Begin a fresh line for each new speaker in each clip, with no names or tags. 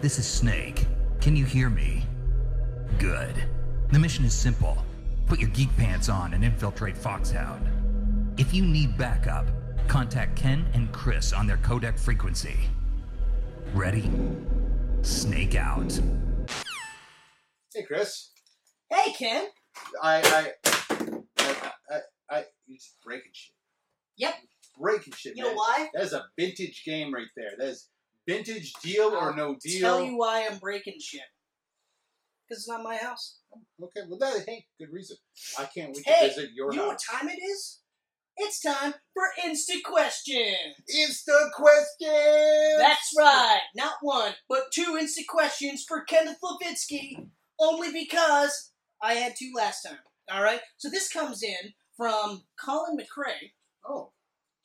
This is Snake. Can you hear me? Good. The mission is simple put your geek pants on and infiltrate Foxhound. If you need backup, contact Ken and Chris on their codec frequency. Ready? Snake out.
Hey, Chris.
Hey, Ken.
I I I I, I you're just breaking shit.
Yep.
Breaking shit.
You
man.
know why?
That is a vintage game right there. That is vintage deal or
I'll
no deal.
Tell you why I'm breaking shit. Because it's not my house.
Okay, well that hey, good reason. I can't wait
Hey,
to visit your
you know what
house.
time it is? It's time for instant questions.
Insta question.
That's right. Not one, but two instant questions for Kenneth Levitsky, only because I had two last time. All right. So this comes in from Colin McRae
Oh,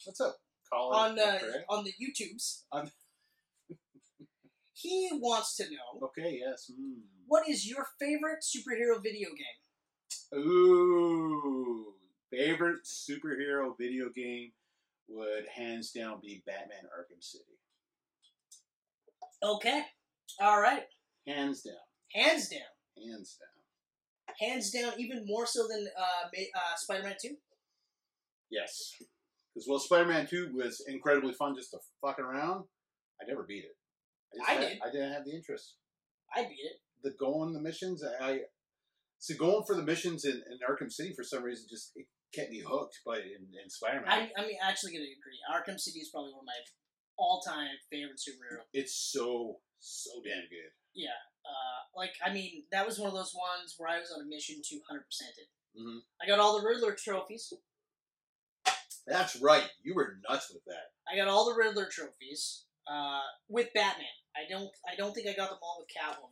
what's up, Colin?
on uh,
Craig?
on the YouTubes.
On-
he wants to know
Okay, yes. Mm.
what is your favorite superhero video game.
Ooh, favorite superhero video game would hands down be Batman Arkham City.
Okay. All right.
Hands down,
Hands down.
hands down.
Hands down, even more so than uh, Ma- uh, Spider Man 2.
Yes. Because well, Spider-Man Two was incredibly fun just to fuck around. I never beat it. just
I
had-
did.
I didn't have the interest.
I beat it.
The going the missions, I so going for the missions in, in Arkham City for some reason just it kept me hooked. But in, in Spider-Man,
I, I'm actually going to agree. Arkham City is probably one of my all time favorite superhero.
it's so so damn good.
Yeah. Uh, like, I mean, that was one of those ones where I was on a mission to 100% it.
Mhm.
I got all the Riddler trophies.
That's right. You were nuts with that.
I got all the Riddler trophies uh, with Batman. I don't. I don't think I got them all with Catwoman.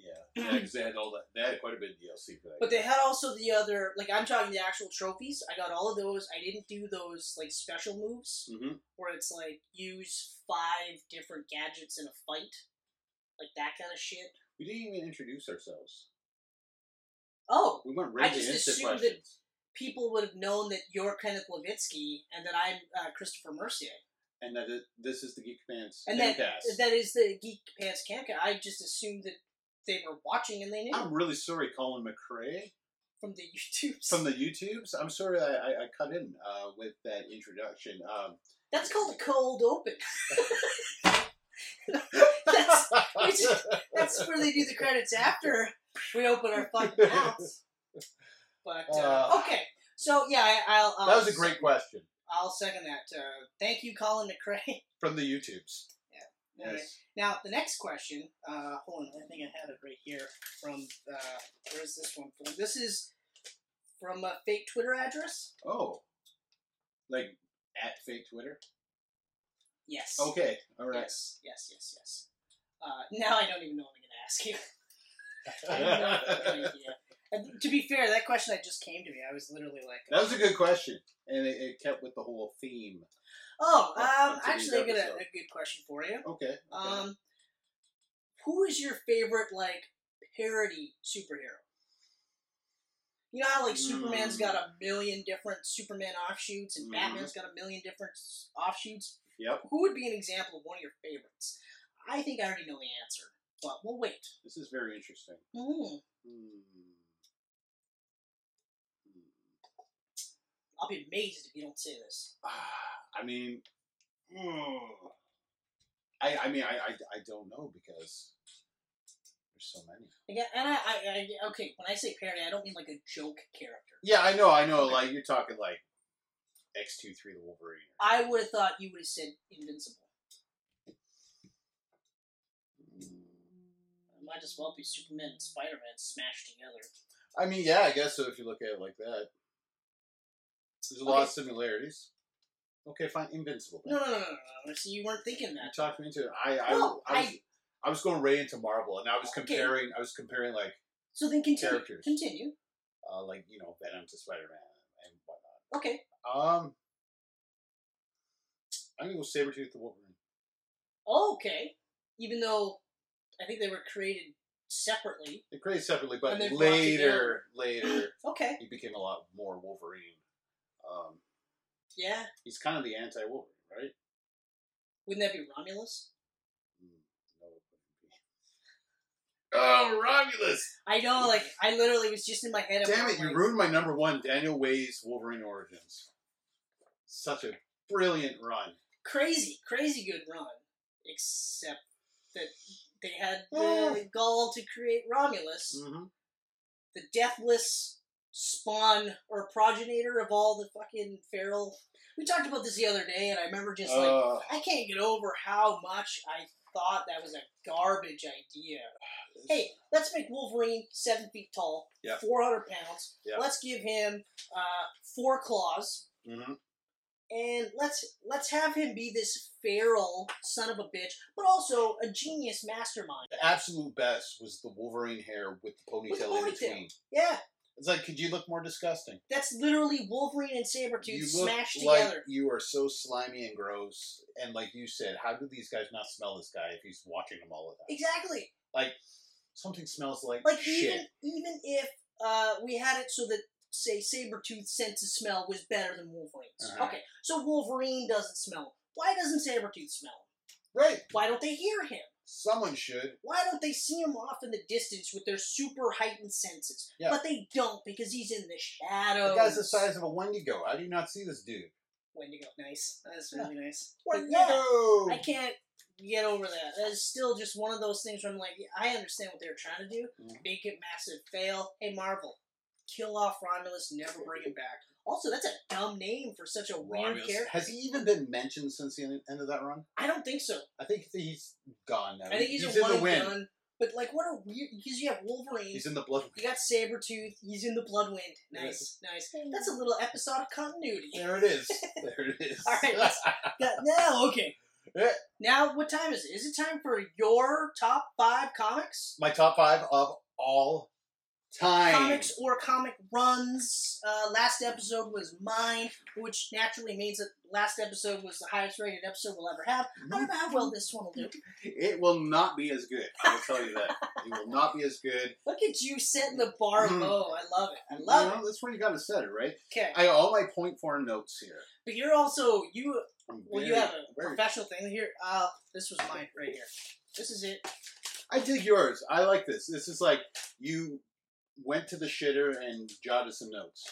Yeah, yeah, because they had all that. They had quite a bit of DLC for that.
But they had also the other. Like I'm talking the actual trophies. I got all of those. I didn't do those like special moves.
hmm
where it's like use five different gadgets in a fight, like that kind of shit.
We didn't even introduce ourselves.
Oh,
We went right
I
to
just
instant
assumed that-
questions.
people would have known that you're Kenneth Levitsky and that I'm uh, Christopher Mercier,
and that it, this is the Geek Fans
and that
Gamecast.
that is the Geek Pants Kanka. I just assumed that they were watching and they knew
I'm really sorry, Colin McRae
from the YouTubes.
from the YouTubes. I'm sorry I, I, I cut in uh, with that introduction. Um,
That's called a cold open. That's- it's- That's where they do the credits after we open our fucking mouths. But uh,
Uh.
okay, so yeah, I, I'll, I'll
that was a great question
I'll second that. Uh, thank you, Colin McRae.
from the YouTubes.
All right.
Yes.
Now, the next question. Uh, hold on, I think I had it right here. From uh, where is this one from? This is from a fake Twitter address.
Oh, like at fake Twitter.
Yes.
Okay, all right.
Yes. Yes. Yes. Yes. Uh, now I don't even know what I'm going to ask you. I have no idea. And to be fair, that question that just came to me, I was literally like,
that was a good question, and it, it kept with the whole theme.
"Oh, um,
That's a good
actually, I got a,
episode.
a good question for you.
Okay. okay.
Um, who is your favorite like parody superhero? You know how like Superman's
Mm.
got a million different Superman offshoots and
Mhm.
Batman's got a million different s- offshoots.
yep.
Who would be an example of one of your favorites? I think I already know the answer, but we'll wait.
This is very interesting.
Mm,
Hmm. Hmm.
I'll be amazed if you don't say this.
Ah, I mean, mm, I I mean I, I I don't know because there's so many.
Again, and I, I, I okay. When I say parody, I don't mean like a joke character.
Yeah, I know, I know.
Okay.
Like you're talking like X two three the Wolverine.
I would have thought you would have said invincible. It might as well be Superman and Spider Man smashed together.
I mean, yeah, I guess so. If you look at it like that, there's a lot of
Okay.
similarities. Okay, fine, Invincible. then.
No, no, no, no, no, no. See, you weren't thinking
You
that.
talked me into it. I I,
No,
I was
I-
I was going right into Marvel, and I was
Okay.
comparing. I was comparing like
So then continue.
Characters.
Continue.
uh, like you know Venom to Spider Man and whatnot.
Okay.
Um, I'm gonna go Sabretooth the Wolverine.
Okay. Even though I think they were created separately.
They created separately, but
And they brought
later, later
Okay.
he became a lot more Wolverine. Um,
Yeah.
he's kind of the anti-Wolverine, right?
Wouldn't that be Romulus?
Mm, no,
Oh, Romulus.
I know, like, I literally was just in my head. I'm
Damn it, you
like,
ruined my number one, Daniel Way's Wolverine Origins. Such a brilliant run.
Crazy, crazy good run. Except that they had
Yeah.
the gall to create Romulus,
Mm-hmm.
the deathless spawn or progenitor of all the fucking feral. We talked about this the other day, and I remember just like,
Uh.
I can't get over how much I thought that was a garbage idea. Hey, let's make Wolverine seven feet tall,
Yeah.
four hundred pounds.
Yeah.
Let's give him uh, four claws,
hmm
and let's let's have him be this feral son of a bitch, but also a genius mastermind.
The absolute best was the Wolverine hair with the ponytail
With the
in
ponytail.
between.
Yeah,
It's like, could you look more disgusting?
that's literally Wolverine and Sabretooth
you
smashed
like
together.
you are so slimy and gross. And like you said, how do these guys not smell this guy if he's watching them all the time?
Exactly.
Like something smells like,
Like
shit.
even even if uh, we had it so that say Sabretooth's sense of smell was better than Wolverine's.
Uh-huh.
Okay, so Wolverine doesn't smell. Why doesn't Sabretooth smell?
right?
Why don't they hear him?
Someone should.
Why don't they see him off in the distance with their super heightened senses?
Yeah.
But they don't because he's in the shadows.
The guy's the size of a Wendigo. How do you not see this dude?
Wendigo, nice. That's really nice. But yeah,
Wendigo.
I can't get over that. That's still just one of those things where I'm like, yeah, I understand what they were trying to do.
Mhm.
Make it massive, fail. Hey, Marvel, kill off Romulus, never bring him back. Also, that's a dumb name for such a weird
Romulus.
character.
Has he even been mentioned since the end- end of that run?
I don't think so.
I think he's gone now.
I think he's, a
in
one
the
and
wind.
done. But like, what a weird because you have Wolverine.
He's in the blood.
You got Sabretooth, he's in the Bloodwind. Nice, nice. That's a little episodic continuity.
There it is. There it is.
All right, let's- Yeah, now, okay.
Yeah.
Now, what time is it? Is it time for your top five comics?
My top five of all time.
Comics or comic runs. Uh, last episode was mine, which naturally means that last episode was the highest rated episode we'll ever have. I don't know how well this one will do.
It will not be as good. I will tell you that. It will not be as good.
Look at you setting the bar
Mm.
low. I love it. I love
you
it.
know, That's when you got to set it, right?
Okay.
I all my point four notes here.
But you're also, you
I'm
Well, you
very-
have a
very-
professional thing here. Uh, this was mine right here. This is it.
I dig yours. I like this. This is like you went to the shitter and jotted some notes.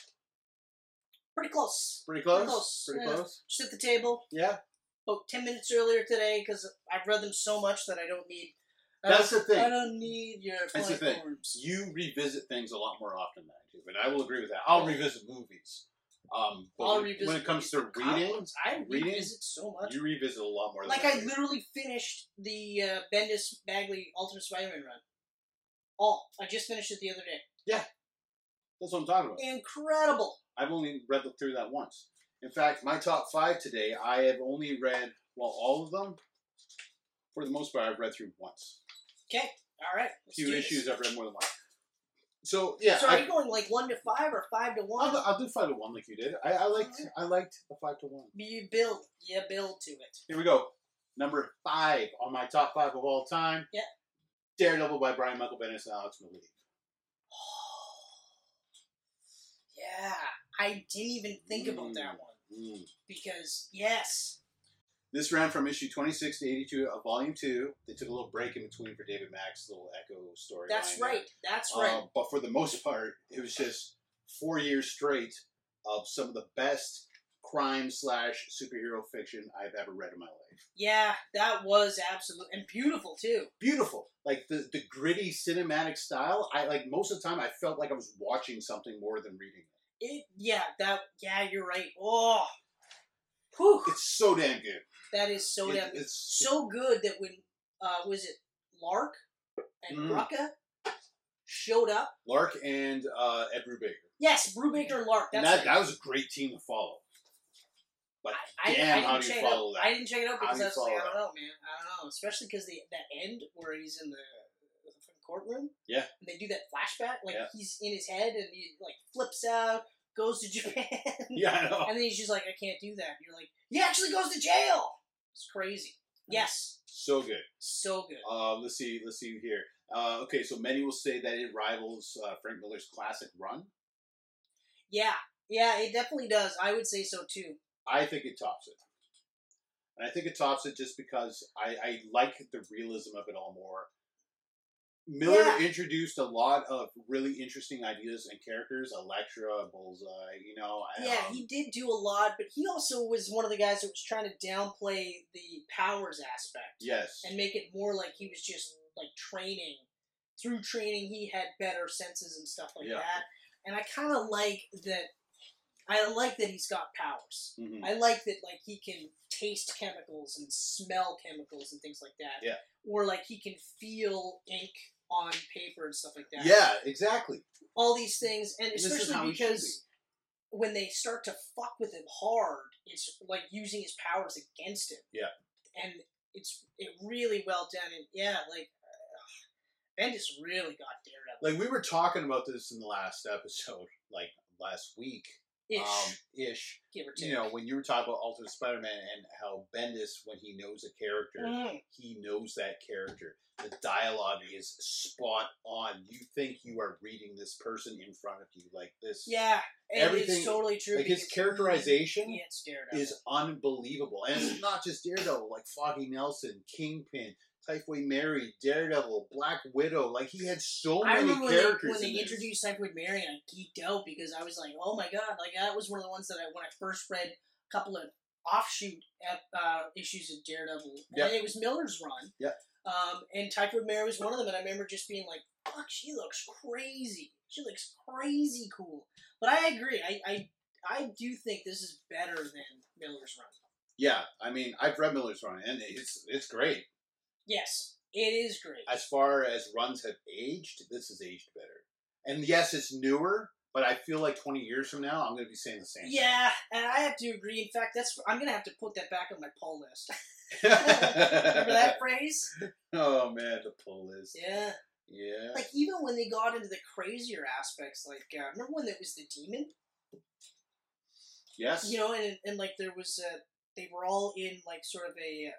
Pretty close.
Pretty close.
close,
Pretty
yeah.
close.
Just at the table.
Yeah.
About ten minutes earlier today because I've read them so much that I don't need. I
That's
don't-
the thing.
I don't need your
That's the
point
thing.
forms.
You revisit things a lot more often than I do, and I will agree with that. I'll revisit movies. Um, but
I'll
when,
revisit
when it comes to
Comic
reading,
books, I
reading,
revisit so much.
you revisit a lot more.
Like
than
I
do.
literally finished the uh, Bendis Bagley Ultimate Spider-Man run. All I just finished it the other day.
That's what I'm talking about.
Incredible.
I've only read through that once. In fact, my top five today, I have only read, well, all of them, for the most part, I've read through once.
Okay. All right.
A
let's do
few
this.
issues I've read more than once. So, yeah,
So are
I,
you going like one to five or five to one?
I'll, do- I'll do five to one like you did. I, I liked I liked the five to one.
You build, you build to it.
Here we go. Number five on my top five of all time.
Yeah.
Daredevil by Brian Michael Bendis and Alex Malik.
yeah, I didn't even think about that
Mm.
one
Mm.
because yes,
This ran from issue 26 to 82 of volume two. They took a little break in between for David Mack's little Echo story.
that's right, that's right.
Um, but for the most part, it was just four years straight of some of the best crime slash superhero fiction I've ever read in my life.
Yeah, that was absolute and beautiful too.
Beautiful, like the the gritty cinematic style. I like most of the time I felt like I was watching something more than reading.
It, yeah, that, yeah, you're right. Oh, whew,
It's so damn good.
that is so
It-
damn
it's
so good that when uh, was it Lark and
Mm.
Rucka showed up?
Lark and uh, Ed Brubaker.
Yes, Brubaker and Lark.
And
That's
that
right.
that was a great team to follow. But
I,
damn,
I, I
how
didn't
do
check
you
it
follow
out.
that?
I didn't check it out
How
because
do you
I was
follow
like, I don't know, man. I don't know, especially because the that end where he's in the, the fucking courtroom.
Yeah.
And they do that flashback, like
Yeah.
he's in his head and he like flips out, goes to Japan,
yeah, I know.
and then he's just like, I can't do that. And you're like, he actually goes to jail. It's crazy. Yes,
So good.
so good.
Uh, let's see. Let's see here. Uh, okay, so many will say that it rivals uh, Frank Miller's classic run.
Yeah, yeah, it definitely does. I would say so too.
I think it tops it, and I think it tops it just because I, I like the realism of it all more. Miller
Yeah.
introduced a lot of really interesting ideas and characters. Elektra, Bullseye, you know.
Yeah,
um,
he did do a lot, but he also was one of the guys that was trying to downplay the powers aspect
yes.
and make it more like he was just like training. Through training, he had better senses and stuff like
Yeah.
that. And I kind of like that. I like that he's got powers.
Mhm.
I like that, like he can taste chemicals and smell chemicals and things like that.
Yeah.
Or like he can feel ink on paper and stuff like that.
Yeah, exactly.
All these things, and
This is how
especially
he should
because when they start to fuck with him hard, it's like using his powers against him.
Yeah.
And it's it really well done, and yeah, like uh, Bendis really got Daredevil.
Like we were talking about this in the last episode, like last week,
Ish,
um, ish.
give or take.
You know, when you were talking about Ultimate Spider-Man and how Bendis, when he knows a character,
Mhm.
he knows that character. The dialogue is spot on. You think you are reading this person in front of you, like this.
Yeah, and it's
Everything-
totally true.
like his
because
characterization
he gets Daredevil.
is unbelievable. And it's not just Daredevil, like Foggy Nelson, Kingpin, Typhoid Mary, Daredevil, Black Widow. Like he had so
I
many
remember when they,
characters.
when they
in this.
introduced Cycloid Mary, I geeked out because I was like, "Oh my god!" Like that was one of the ones that I when I first read a couple of offshoot ep- uh, issues of Daredevil,
Yeah.
and it was Miller's run.
Yeah.
Um, and Typhoid Mary was one of them, and I remember just being like, "Fuck, she looks crazy. She looks crazy cool." But I agree. I I, I do think this is better than Miller's run.
Yeah, I mean, I've read Miller's run, and it's it's great.
Yes, it is great.
As far as runs have aged, this has aged better. And yes, it's newer, but I feel like 20 years from now, I'm going to be saying the same. thing.
yeah, and I have to agree. In fact, that's I'm gonna have to put that back on my poll list. Remember that phrase?
Oh man, the pull is.
Yeah.
Yeah.
Like even when they got into the crazier aspects, like uh, remember when that was the demon,
Yes.
you know, and and like there was uh, they were all in like sort of a uh,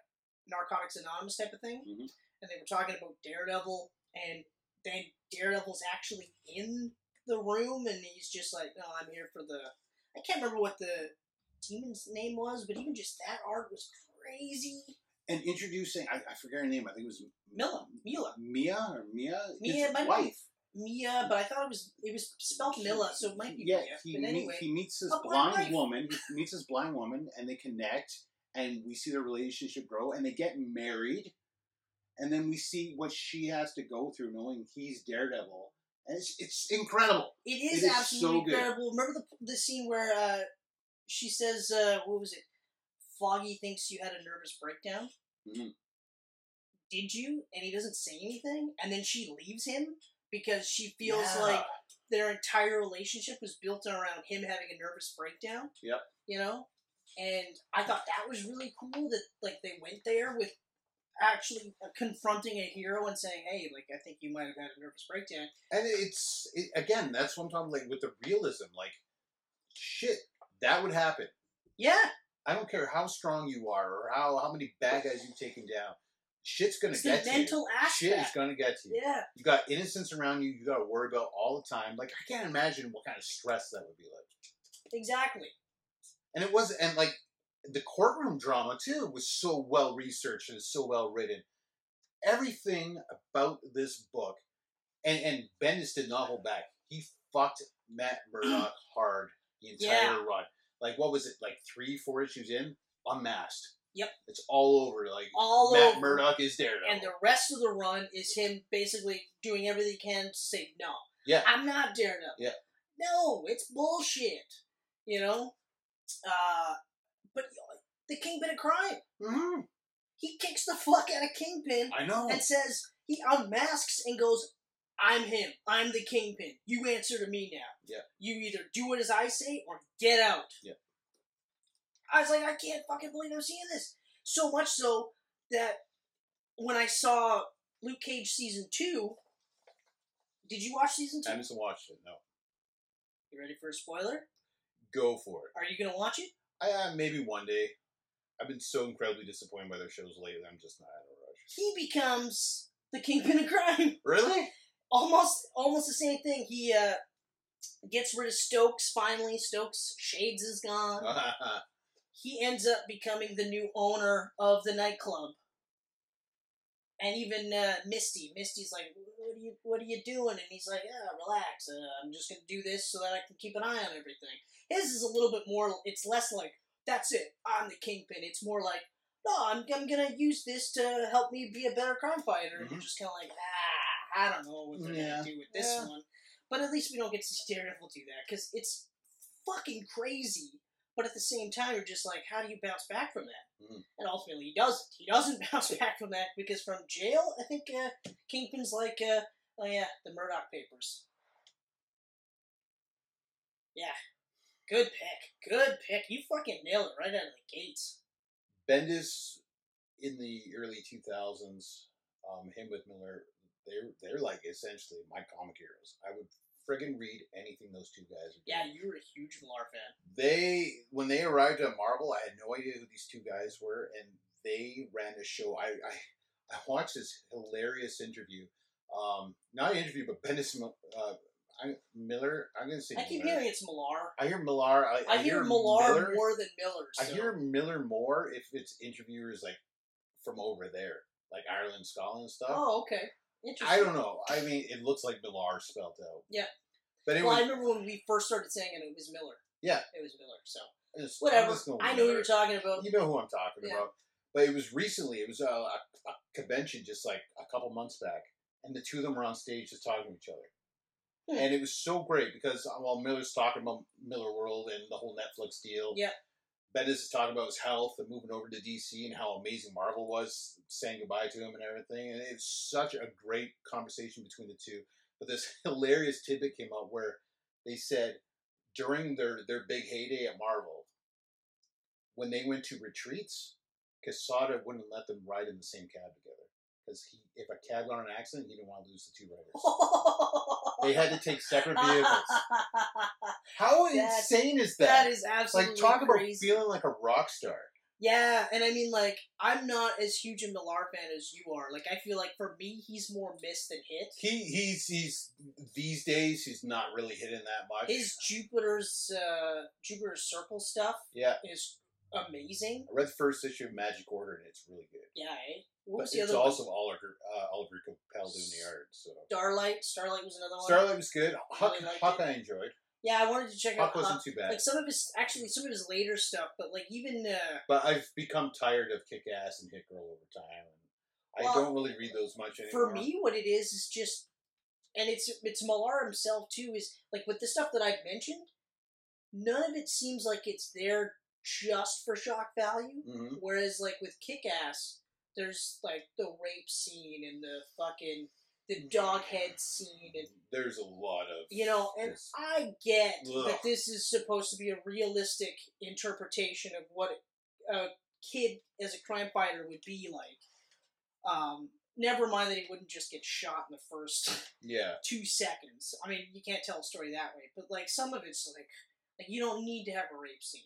Narcotics Anonymous type of thing,
Mhm.
and they were talking about Daredevil, and then Daredevil's actually in the room, and he's just like, "No, I'm here for the." I can't remember what the demon's name was, but even just that art was crazy.
And introducing, I, I forget her name. I think it was
Mila, Mila,
Mia or Mia.
Mia,
His
my
wife.
Mia, but I thought it was it was spelled Mila, so it might be
yeah,
Mia.
he,
but
meet-
anyway.
he meets this
A blind
blind
wife.
woman. He meets this blind woman, and they connect, and we see their relationship grow, and they get married, and then we see what she has to go through, knowing he's Daredevil, and it's, it's incredible.
It is,
It is
absolutely
so good.
incredible. Remember the, the scene where uh, she says, uh, "What was it? Foggy thinks you had a nervous breakdown.
Mhm.
Did you?" And he doesn't say anything, and then she leaves him because she feels
Yeah.
like their entire relationship was built around him having a nervous breakdown.
Yep.
You know, and I thought that was really cool that like they went there with actually uh, confronting a hero and saying, "Hey, like I think you might have had a nervous breakdown."
and it's it, again that's what I'm talking like with the realism, like shit that would happen.
Yeah,
I don't care how strong you are or how how many bad guys you've taken down, shit's gonna
it's the
get to you.
mental aspect.
Shit is gonna get to you.
Yeah,
You got innocence around you. You got to worry about all the time. Like I can't imagine what kind of stress that would be like.
exactly.
And it was, and like the courtroom drama too was so well researched and so well written. Everything about this book, and and Bendis did not hold back. He fucked Matt Murdock hard the entire run. Like what was it? Like three, four issues in, unmasked.
Yep.
it's all over. Like
All
Matt
over.
Murdock is there.
And the rest of the run is him basically doing everything he can to say, no,
yeah,
I'm not Daredevil.
Yeah.
No, it's bullshit. You know? Uh, but the Kingpin of Crime,
Mhm.
he kicks the fuck out of Kingpin
I know.
and says, he unmasks and goes, I'm him. I'm the Kingpin. You answer to me now.
Yeah.
You either do it as I say or get out.
Yeah.
I was like, I can't fucking believe I'm seeing this. So much so that when I saw Luke Cage season two, did you watch season two?
I haven't watched it. No,
you ready for a spoiler?
go for it.
Are you gonna watch it?
I, uh, maybe one day. I've been so incredibly disappointed by their shows lately. I'm just not in
He becomes the kingpin of crime.
a rush. Really?
almost almost the same thing. He uh, gets rid of Stokes finally. Stokes Shades is gone.
Uh.
he ends up becoming the new owner of the nightclub. And even uh, Misty, Misty's like, what are you what are you doing? And he's like, yeah, relax. Uh, I'm just gonna do this so that I can keep an eye on everything. His is a little bit more. It's less like that's it. I'm the kingpin. It's more like no, I'm I'm gonna use this to help me be a better crime fighter. And you're
Mhm.
just kind of like ah, I don't know what they're
Yeah.
gonna do with this
Yeah.
one. But at least we don't get to see Daredevil do that because it's fucking crazy. But at the same time, you're just like, how do you bounce back from that?
Mm.
And ultimately, he doesn't. He doesn't bounce back from that because from jail, I think uh, Kingpin's like, uh, oh yeah, the Murdoch Papers. Yeah, good pick. Good pick. You fucking nailed it right out of the gates.
Bendis in the early 2000s, um, him with Miller, they're they're like essentially my comic heroes. I would friggin' read anything those two guys are doing.
Yeah, you were a huge Villar fan.
they when they arrived at Marvel, I had no idea who these two guys were, and they ran a show. I I, I watched this hilarious interview, um, not interview, but Bendis Mil- uh, I, Miller. I'm gonna say
I keep
Miller.
hearing it's Millar.
I hear Millar. I,
I, hear, Millar
Miller.
more than Miller. So.
I hear Miller more if it's interviewers like from over there, like Ireland, Scotland, stuff.
Oh, okay. Interesting.
I don't know. I mean, it looks like Millar spelled out.
Yeah.
But it
Well, I
was
remember when we first started saying it, it was Miller.
Yeah.
It was Miller. So
it's- I'm
whatever.
just going
I know what
Miller.
you're talking about.
You know who I'm talking
Yeah.
about. But it was recently. It was a, a, a convention just like a couple months back, and the two of them were on stage just talking to each other.
Hmm.
And it was so great because uh, while Miller's talking about Miller World and the whole Netflix deal,
Yeah.
Bendis is talking about his health and moving over to DC and how amazing Marvel was, saying goodbye to him and everything. And it's such a great conversation between the two. But this hilarious tidbit came out where they said during their, their big heyday at Marvel, when they went to retreats, Casada wouldn't let them ride in the same cab together. Because he, if a cab got in an accident, he didn't want to lose the two riders. They had to take separate vehicles. How
That's-
insane is
that
that?
is absolutely
like, talk about
crazy.
feeling like a rock star.
Yeah, and I mean, like, I'm not as huge a Millar fan as you are. Like, I feel like for me, he's more missed than hit.
He he's he's these days he's not really hitting that much.
His Jupiter's uh, Jupiter's Circle stuff
yeah,
is amazing.
I read the first issue of Magic Order and it's really good.
Yeah, eh? What
But
was the
it's
other
also Oliver uh, Oliver Capel doing the art. So
one? Starlight. Starlight was another one.
Starlight was good. Huck,
Oh, Really liked
Huck
it.
I enjoyed.
Yeah, I wanted to check out
Huck
Hawk.
wasn't too bad.
Like some of his, actually, some of his later stuff, but like even uh,
But I've become tired of Kick Ass and Hit Girl over time. And I
Well,
don't really read those much anymore.
for me, what it is is just, and it's it's Millar himself too. Is like with the stuff that I've mentioned, none of it seems like it's there just for shock value.
Mhm.
Whereas like with Kick Ass, there's like the rape scene and the fucking the dog head scene and
there's a lot of
you know and
Yes.
i get
Ugh.
that this is supposed to be a realistic interpretation of what a kid as a crime fighter would be like um, never mind that he wouldn't just get shot in the first
yeah.
two seconds i mean you can't tell a story that way but like some of it's like like you don't need to have a rape scene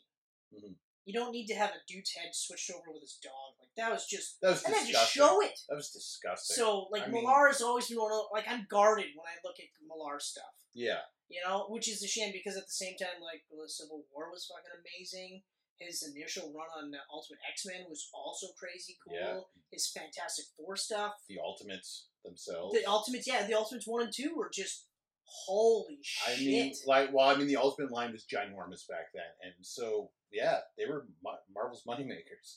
Mhm.
you don't need to have a dude's head switched over with his dog like that was just
That was
and then
disgusting.
just show it
That was disgusting.
so
I
like
mean-
millar has always been one of like i'm guarded when i look at millar stuff
yeah,
you know, which is a shame because at the same time, like the Civil War was fucking amazing. His initial run on uh, Ultimate X Men was also crazy cool.
Yeah.
His Fantastic Four stuff,
the Ultimates themselves.
the Ultimates, yeah, the Ultimates one and two were just holy
I
shit.
mean, like, well, I mean, the Ultimate line was ginormous back then, and so yeah, they were Mar- Marvel's moneymakers.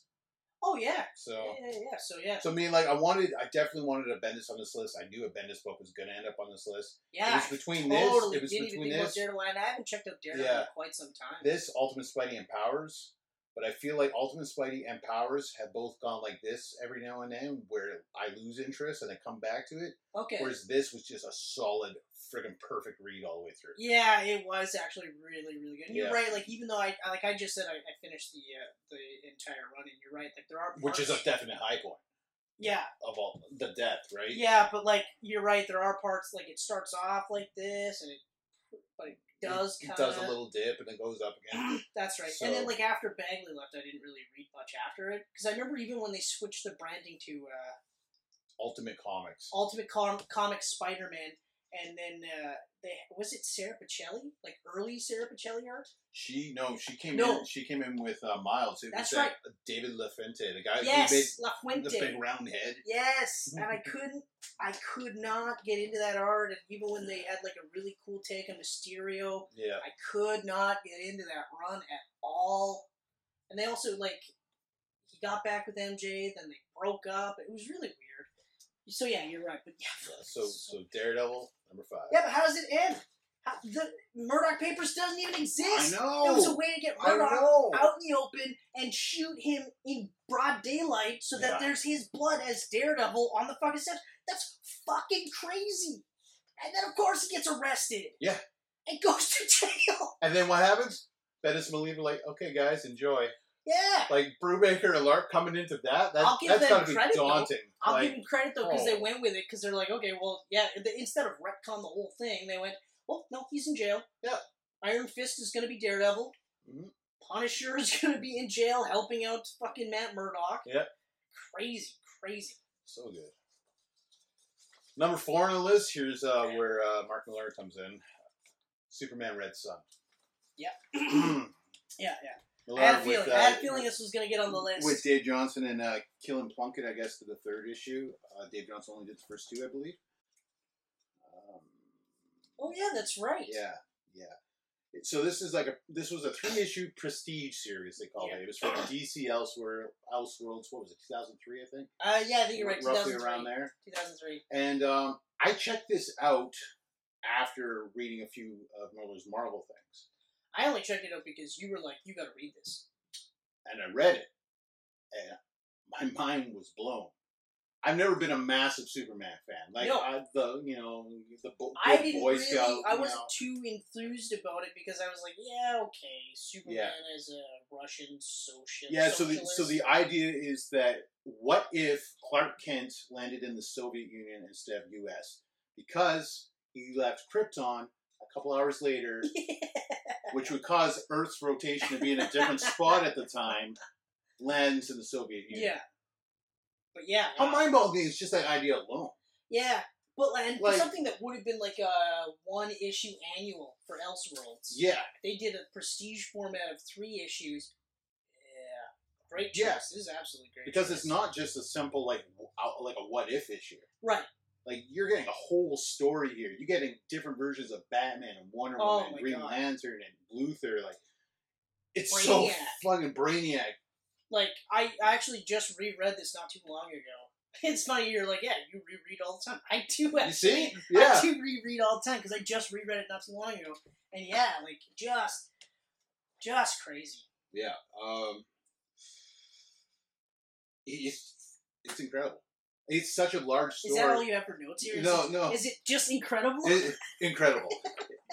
oh yeah.
So.
yeah, yeah, yeah. So yeah,
So I mean, like I wanted, I definitely wanted a Bendis on this list. I knew a Bendis book was going to end up on this list.
yeah.
it was between
I
this,
totally
it was
didn't even
between
think about
this,
Daredevil, and I haven't checked out Daredevil
Yeah.
in quite some time.
this Ultimate Spidey and Powers, but I feel like Ultimate Spidey and Powers have both gone like this every now and then, where I lose interest and I come back to it.
okay.
Whereas this was just a solid, friggin' perfect read all the way through.
Yeah, it was actually really, really good. And You're
Yeah.
right. Like even though I, I- like I just said, I, I finished the uh, the entire run, and you're right. Like there are
Which is a
parts-
definite high point
yeah,
of all the depth, right?
yeah. But like you're right. There are parts like it starts off like this, and it but it
It-
does
It,
kind
does a little dip and it goes up again.
That's right. And then
So-
like after Bagley left, I didn't really read much after it because I remember even when they switched the branding to uh,
Ultimate Comics.
Ultimate Com- Comic Spider Man, and then uh, they was it Sarah Pacelli, like early Sarah Pacelli art.
She no, she came
No.
in. She came in with uh, Miles. It
That's
was that David LaFente, the guy
Yes, La
who made the
Fuente.
big round head.
Yes, and I couldn't, I could not get into that art. And even when they had like a really cool take on Mysterio,
Yeah,
I could not get into that run at all. And they also like he got back with MJ, then they broke up. It was really weird. So yeah, you're right. But yeah,
yeah. So so Daredevil number five.
yeah. But how does it end? How, the Murdoch Papers doesn't even
I
exist.
know.
It was a way to get
I
Murdoch
know.
out in the open and shoot him in broad daylight so that
Yeah.
there's his blood as Daredevil on the fucking steps. That's fucking crazy. And then of course he gets arrested.
Yeah.
And goes to jail.
And then what happens? Bettis Maliva like, okay, guys, enjoy.
Yeah.
Like Brubaker and Lark coming into that. That
I'll give
that's
them
gotta be
credit, though.
daunting.
I'll
like,
give them credit though because they
oh.
went with it because they're like, okay, well, yeah. th instead of retcon the whole thing, they went, well, no, he's in jail.
Yeah.
Iron Fist is going to be Daredevil.
Mhm.
Punisher is going to be in jail helping out fucking Matt Murdock.
Yeah.
Crazy, crazy.
So good. Number four on the list. Here's uh, where uh, Mark Millar comes in. Superman Red Sun.
Yep.
Millar
Yeah, yeah. I had a feeling.
with,
I had a
uh,
feeling this was going to get on the list.
With Dave Johnson and uh, Killing Plunkett, I guess, to the third issue. Uh, Dave Johnson only did the first two, I believe. Um,
oh yeah, that's right.
yeah, yeah. So this is like a this was a three issue prestige series they called
Yeah.
it. It was from DC Elsewhere Elseworlds. What was it? Two thousand three, I think.
Uh, yeah, I think you're right.
Roughly
2003.
around there.
2003.
And um, I checked this out after reading a few of Miller's Marvel things,
I only checked it out because you were like, you got to read this.
and I read it, and my mind was blown. I've never been a massive Superman fan, like
No.
I, the you know the bo-
I
good
didn't
Boy
really.
Scout.
I
you
wasn't
know.
too enthused about it because I was like, yeah, okay, Superman is a Russian social.
Yeah, so the,
socialist.
so the idea is that what if Clark Kent landed in the Soviet Union instead of U.S. because he left Krypton a couple hours later, which would cause Earth's rotation to be in a different spot at the time, lands in the Soviet Union.
yeah, but yeah,
How
wow.
mind-boggling is just that idea alone.
yeah, but and
Like-
something that would have been like a one issue annual for Elseworlds.
Yeah,
they did a prestige format of three issues. Yeah, great choice.
Yeah.
This is absolutely great.
because it's
choice.
not just a simple like w- out- like a what-if issue.
right.
Like you're getting a whole story here. You're getting different versions of Batman and Wonder
Oh
Woman, and
my
Green
God.
Lantern and Luther. Like it's so
Brainiac.
fucking brainiac.
Like I, I actually just reread this not too long ago. It's funny you're like, yeah, you reread all the time. I do actually.
You see? Yeah.
I do reread all the time because I just reread it not too long ago, and yeah, like just, just crazy.
Yeah. Um, it- it's it's incredible. It's such a large
Is that all
story.
you have for notes here? Is
No,
it-
no.
Is it just incredible?
It- incredible.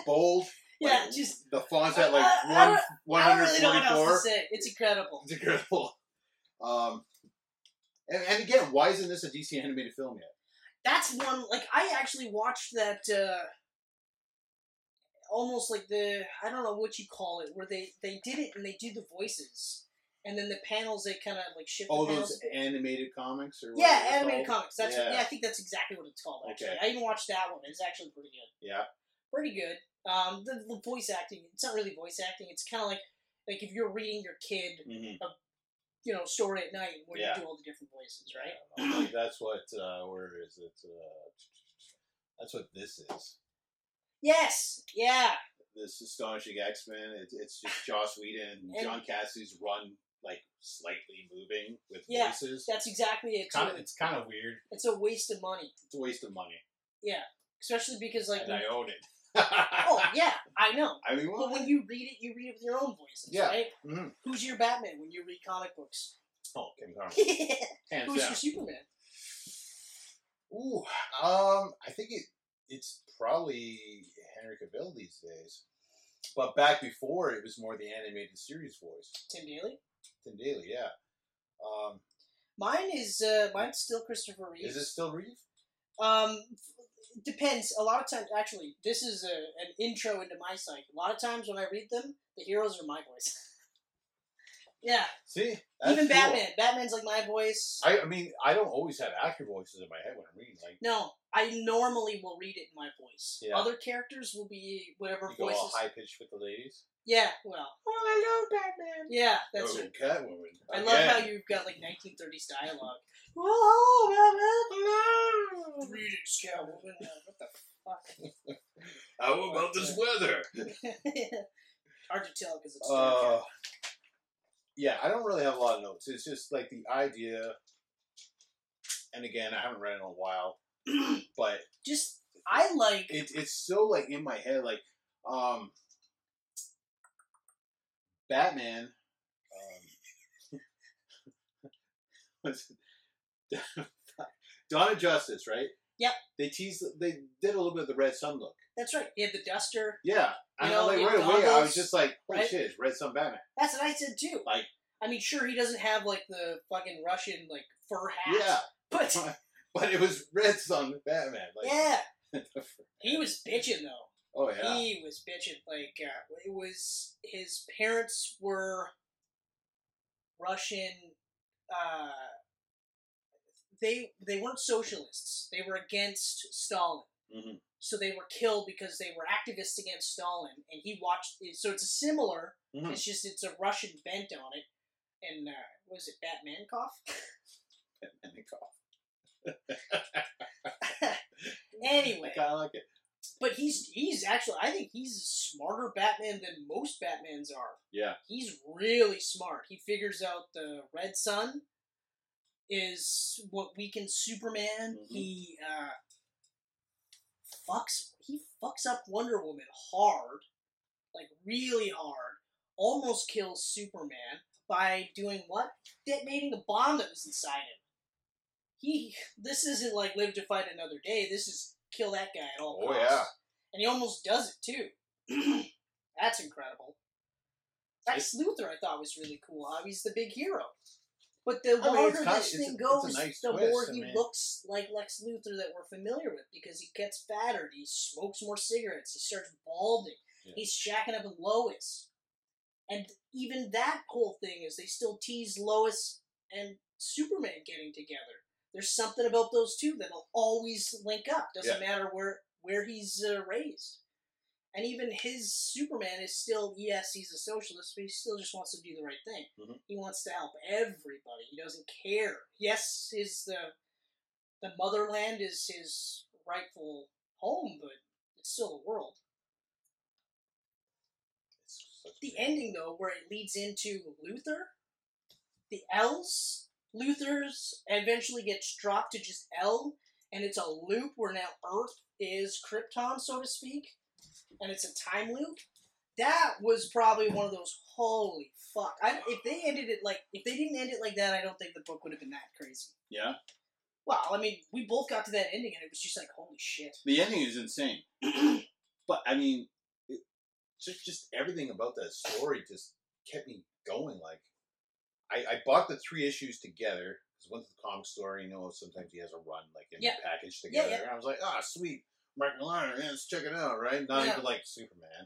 Bold.
yeah,
like,
just
The font's at like
I- I- I
one one
I don't
hundred
really know what
forty-four.
else to say. It's incredible.
It's incredible. Um, and, and again, why isn't this a DC animated film yet?
That's one. Like I actually watched that. uh Almost like the I don't know what you call it, where they they did it and they do the voices, and then the panels they kind of like shift.
All
the panels.
those animated comics or
Yeah,
whatever they're
animated
called?
comics. That's
Yeah.
yeah. I think that's exactly what it's called. Actually,
Okay.
I even watched that one. It's actually pretty good.
Yeah.
pretty good. Um, the, the voice acting. It's not really voice acting. It's kind of like like if you're reading your kid,
Mhm.
you know, story at night where
Yeah.
you do all the different voices, right?
I believe that's what. Uh, where is it? Uh, that's what this is.
Yes. Yeah.
This astonishing X Men. It, it's just Joss Whedon and,
And-
John Cassidy's run, like slightly moving with
Yeah,
voices.
That's exactly it.
Kind of,
too.
it's kind of weird.
It's a waste of money,
It's a waste of money,
especially because like.
and
when-
I own it.
oh yeah, I know.
I mean,
But
well,
when you read it, you read it with your own voices,
Yeah.
right?
Mhm.
Who's your Batman when you read comic books?
oh, Kim Carnes,
Who's
hands down.
your Superman?
Ooh, um, I think it it's probably Henry Cavill these days, but back before it was more the animated series voice.
Tim Daly.
Tim Daly, yeah. Um,
Mine is uh, mine's still Christopher Reeve.
is it still Reeve?
Um, it depends. A lot of times, actually, this is a, an intro into my psyche. A lot of times when I read them, the heroes are my boys. Yeah.
See, That's
Even
cool.
Batman. Batman's like my voice.
I, I mean, I don't always have actor voices in my head when I'm reading. Like,
no, I normally will read it in my voice.
Yeah.
Other characters will be whatever
you go all
voices.
high pitched with the ladies.
Yeah, well.
Oh, I love Batman.
Yeah, that's
oh,
it.
Catwoman.
I love how
Again.
you've got like 1930s dialogue. Oh, Batman. Greetings, Catwoman. What the fuck?
How about this weather?
Hard to tell because it's
Uh,
dark.
yeah, I don't really have a lot of notes. It's just like the idea. And again, I haven't read it in a while, but
Just, I like.
it, it's so like in my head like um batman um what's it? dawn of justice right
Yep.
they teased they did a little bit of the red sun look
That's right. You had the duster.
yeah I
You
know,
know,
like
the
right away, I was
goggles,
just like, "Holy
right?
shit, it's Red Sun Batman!"
That's what I said too.
Like-
I mean, sure, he doesn't have like the fucking Russian like fur hat.
Yeah,
But
but it was Red Sun Batman. Like,
yeah, he was bitching though.
oh yeah,
He was bitching. Like uh, it was his parents were Russian. Uh, they they weren't socialists. They were against Stalin.
Mhm.
So they were killed because they were activists against Stalin, and he watched. So it's a similar.
Mhm.
It's just it's a Russian bent on it. And uh, was it Batmankoff?
And they cough.
anyway,
I kind of like it.
but he's he's actually I think he's a smarter Batman than most Batmans are.
Yeah.
He's really smart. He figures out the red sun is what weakens Superman.
Mhm.
He uh, fucks he fucks up Wonder Woman hard, like really hard. Almost kills Superman by doing what? Detonating the bomb that was inside him. He this isn't like live to fight another day. This is kill that guy at all
Oh,
costs.
yeah.
And he almost does it too. That's incredible. Lex Luthor, I thought was really cool. How he's the big hero. But the
I mean,
longer
it's kind-
this
it's a-
thing
it's a
goes,
nice
the
twist,
more
I
he
mean.
looks like Lex Luthor that we're familiar with because he gets fatter, he smokes more cigarettes, he starts balding,
Yeah.
he's shacking up with Lois. And even that whole thing is they still tease Lois and Superman getting together. There's something about those two that'll always link up. Doesn't matter where where he's uh, raised. And even his Superman is still yes, he's a socialist, but he still just wants to do the right thing.
Mhm.
He wants to help everybody. He doesn't care. Yes, is the the motherland is his rightful home, but it's still the world.
It's such a
The
good-
ending though, where it leads into Luther, the L's, Luther's eventually gets dropped to just L, and it's a loop where now Earth is Krypton, so to speak, and it's a time loop. That was probably one of those holy fuck. I, if they ended it like if they didn't end it like that, I don't think the book would have been that crazy.
Yeah.
Wow, I mean, we both got to that ending, and it was just like holy shit.
The ending is insane. but I mean, it, just just everything about that story just kept me going. Like, I, I bought the three issues together because went to the comic store. You know, sometimes he has a run like in
Yeah.
the package
Yeah,
together. I was like, ah, sweet, Mark Millar, yeah, let's check it out. Right? Not
Yeah.
even like Superman.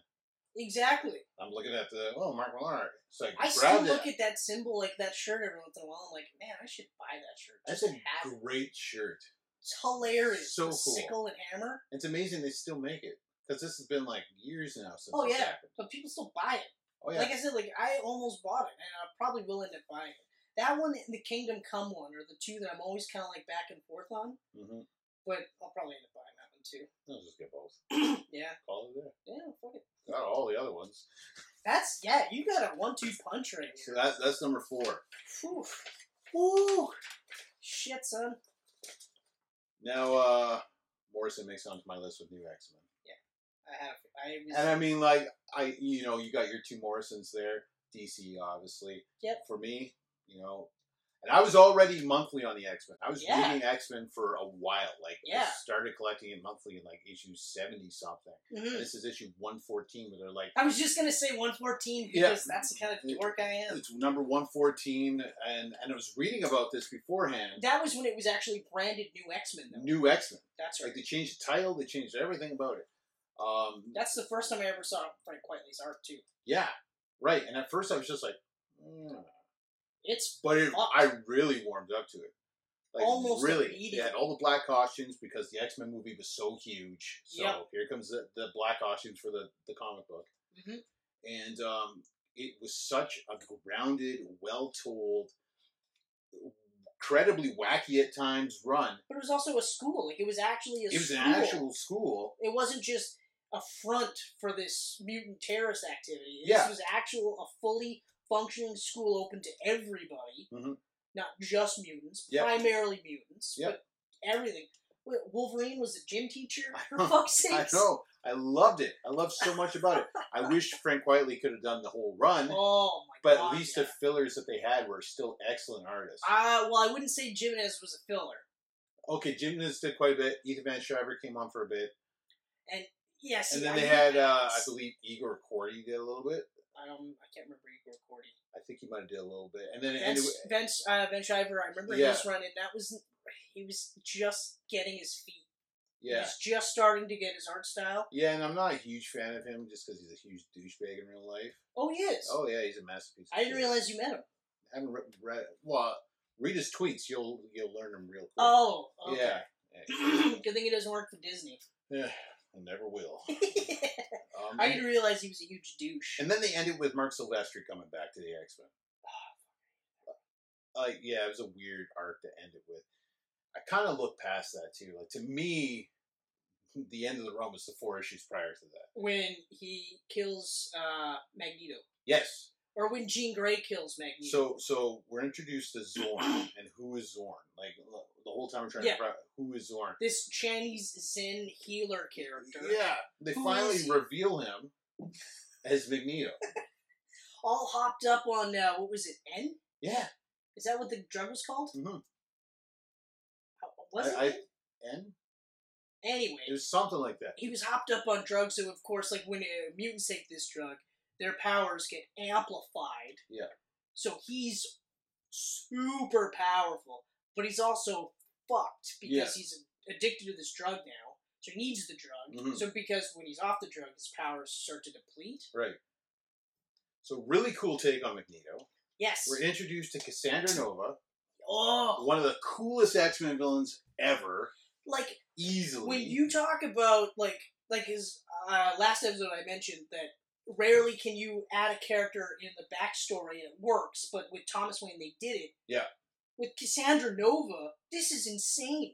Exactly.
I'm looking at the oh, Mark Millar. So I, grabbed
I still
it.
look at that symbol, like that shirt, every once in a while. I'm like, man, I should buy that shirt.
That's a
Just have it.
great shirt.
It's hilarious.
so
the
cool.
sickle and hammer.
It's amazing they still make it because this has been like years now since
Oh,
this
yeah.
happened.
But people still buy it.
Oh yeah.
Like uh I said, like I almost bought it, and I probably will end up buying it. That one and the Kingdom Come one are the two that I'm always kind of like back and forth on,
mm-hmm.
but I'll probably end up buying that one too.
I'll just get both.
yeah.
Call it there.
Yeah, fuck it.
Got all the other ones.
That's, yeah, you got a one two punch right
So
here.
that, that's number four.
Whew. Woo! Shit, son.
Now, uh, Morrison makes it onto my list with new X Men,
I have. I was,
and I mean, like, I you know, you got your two Morrisons there, DC obviously.
Yep.
For me, you know, and I was already monthly on the X Men. I was
Yeah.
reading X Men for a while. Like, I
Yeah.
started collecting it monthly in like issue seventy something.
Mhm.
This is issue one fourteen, where they're like.
I was just gonna say 114
Yeah. Mm-hmm.
because that's the kind of dork I am.
It's number one fourteen, and and I was reading about this beforehand.
That was when it was actually branded New X Men, though.
New X Men,
That's
like
right.
they changed the title, they changed everything about it. Um,
That's the first time I ever saw Frank Quitely's art too.
Yeah, right. And at first I was just like, mm,
It's
But it,
Fuck.
I really warmed up to it. Like,
Almost
really.
immediately.
They had all the black costumes because the X Men movie was so huge. So
Yeah.
here comes the, the black costumes for the, the comic book.
Mhm.
And um, it was such a grounded, well told, incredibly wacky at times run.
but it was also a school. Like it was actually a
It was
school.
an actual school.
It wasn't just a front for this mutant terrorist activity. This
Yeah.
was actual a fully functioning school open to everybody,
Mhm.
not just mutants,
Yep.
primarily mutants,
Yep.
but everything. Wait, Wolverine was a gym teacher
I
for
know,
fuck's
I
sake.
know. I loved it. I loved so much about it. I wish Frank Whiteley could have done the whole run,
Oh my
but
god!
at least
yeah.
the fillers that they had were still excellent artists.
Uh, well, I wouldn't say Jimenez was a filler.
Okay, Jimenez did quite a bit. Ethan Van Shriver came on for a bit,
Yes,
and
I
then they
mean,
had, uh, I believe, Igor Cordy did a little bit.
Um, I can't remember Igor Cordy.
I think he might have did a little bit, and then it ended.
Vince,
with-
Vince, uh, Ben Shriver, I remember
Yeah.
his run, and that was he was just getting his feet. He
yeah,
was just starting to get his art style.
yeah. And I'm not a huge fan of him just because he's a huge douchebag in real life.
Oh, he is.
Oh yeah, he's a masterpiece. of
I didn't
shit.
realize you met him.
I haven't re- read. Well, read his tweets. You'll you'll learn him real quick.
Oh, okay.
yeah.
Good thing he doesn't work for Disney.
Yeah, Eh, I never will. Um,
I didn't realize he was a huge douche.
And then they ended with Mark Silvestri coming back to the X Men. Like, yeah, it was a weird arc to end it with. I kind of looked past that too. Like to me, the end of the run was the four issues prior to that.
when he kills uh, Magneto,
Yes.
or when Jean Grey kills Magneto.
So so we're introduced to Zorn, and who is Zorn? Like l- the whole time we're trying
Yeah.
to figure out who is Zorn.
this Chinese Zen healer character,
Yeah, they
Who
finally
is he?
reveal him as Magneto.
all hopped up on uh, what was it? N?
Yeah,
Is that what the drug was called?
Mhm.
Was
I-
it?
and
N? anyway,
it was something like that.
he was hopped up on drugs, so of course, like when uh, mutants take this drug, their powers get amplified.
Yeah.
So he's super powerful, but he's also fucked because he's addicted to this drug now. So he needs the drug.
Mhm.
So because when he's off the drug, his powers start to deplete.
Right. So really cool take on Magneto.
Yes.
We're introduced to Cassandra Nova,
Oh,
one of the coolest X Men villains ever,
like
easily.
when you talk about like like his uh, last episode i mentioned that rarely can you add a character in the backstory and it works but with thomas wayne they did it
Yeah.
with cassandra nova this is insane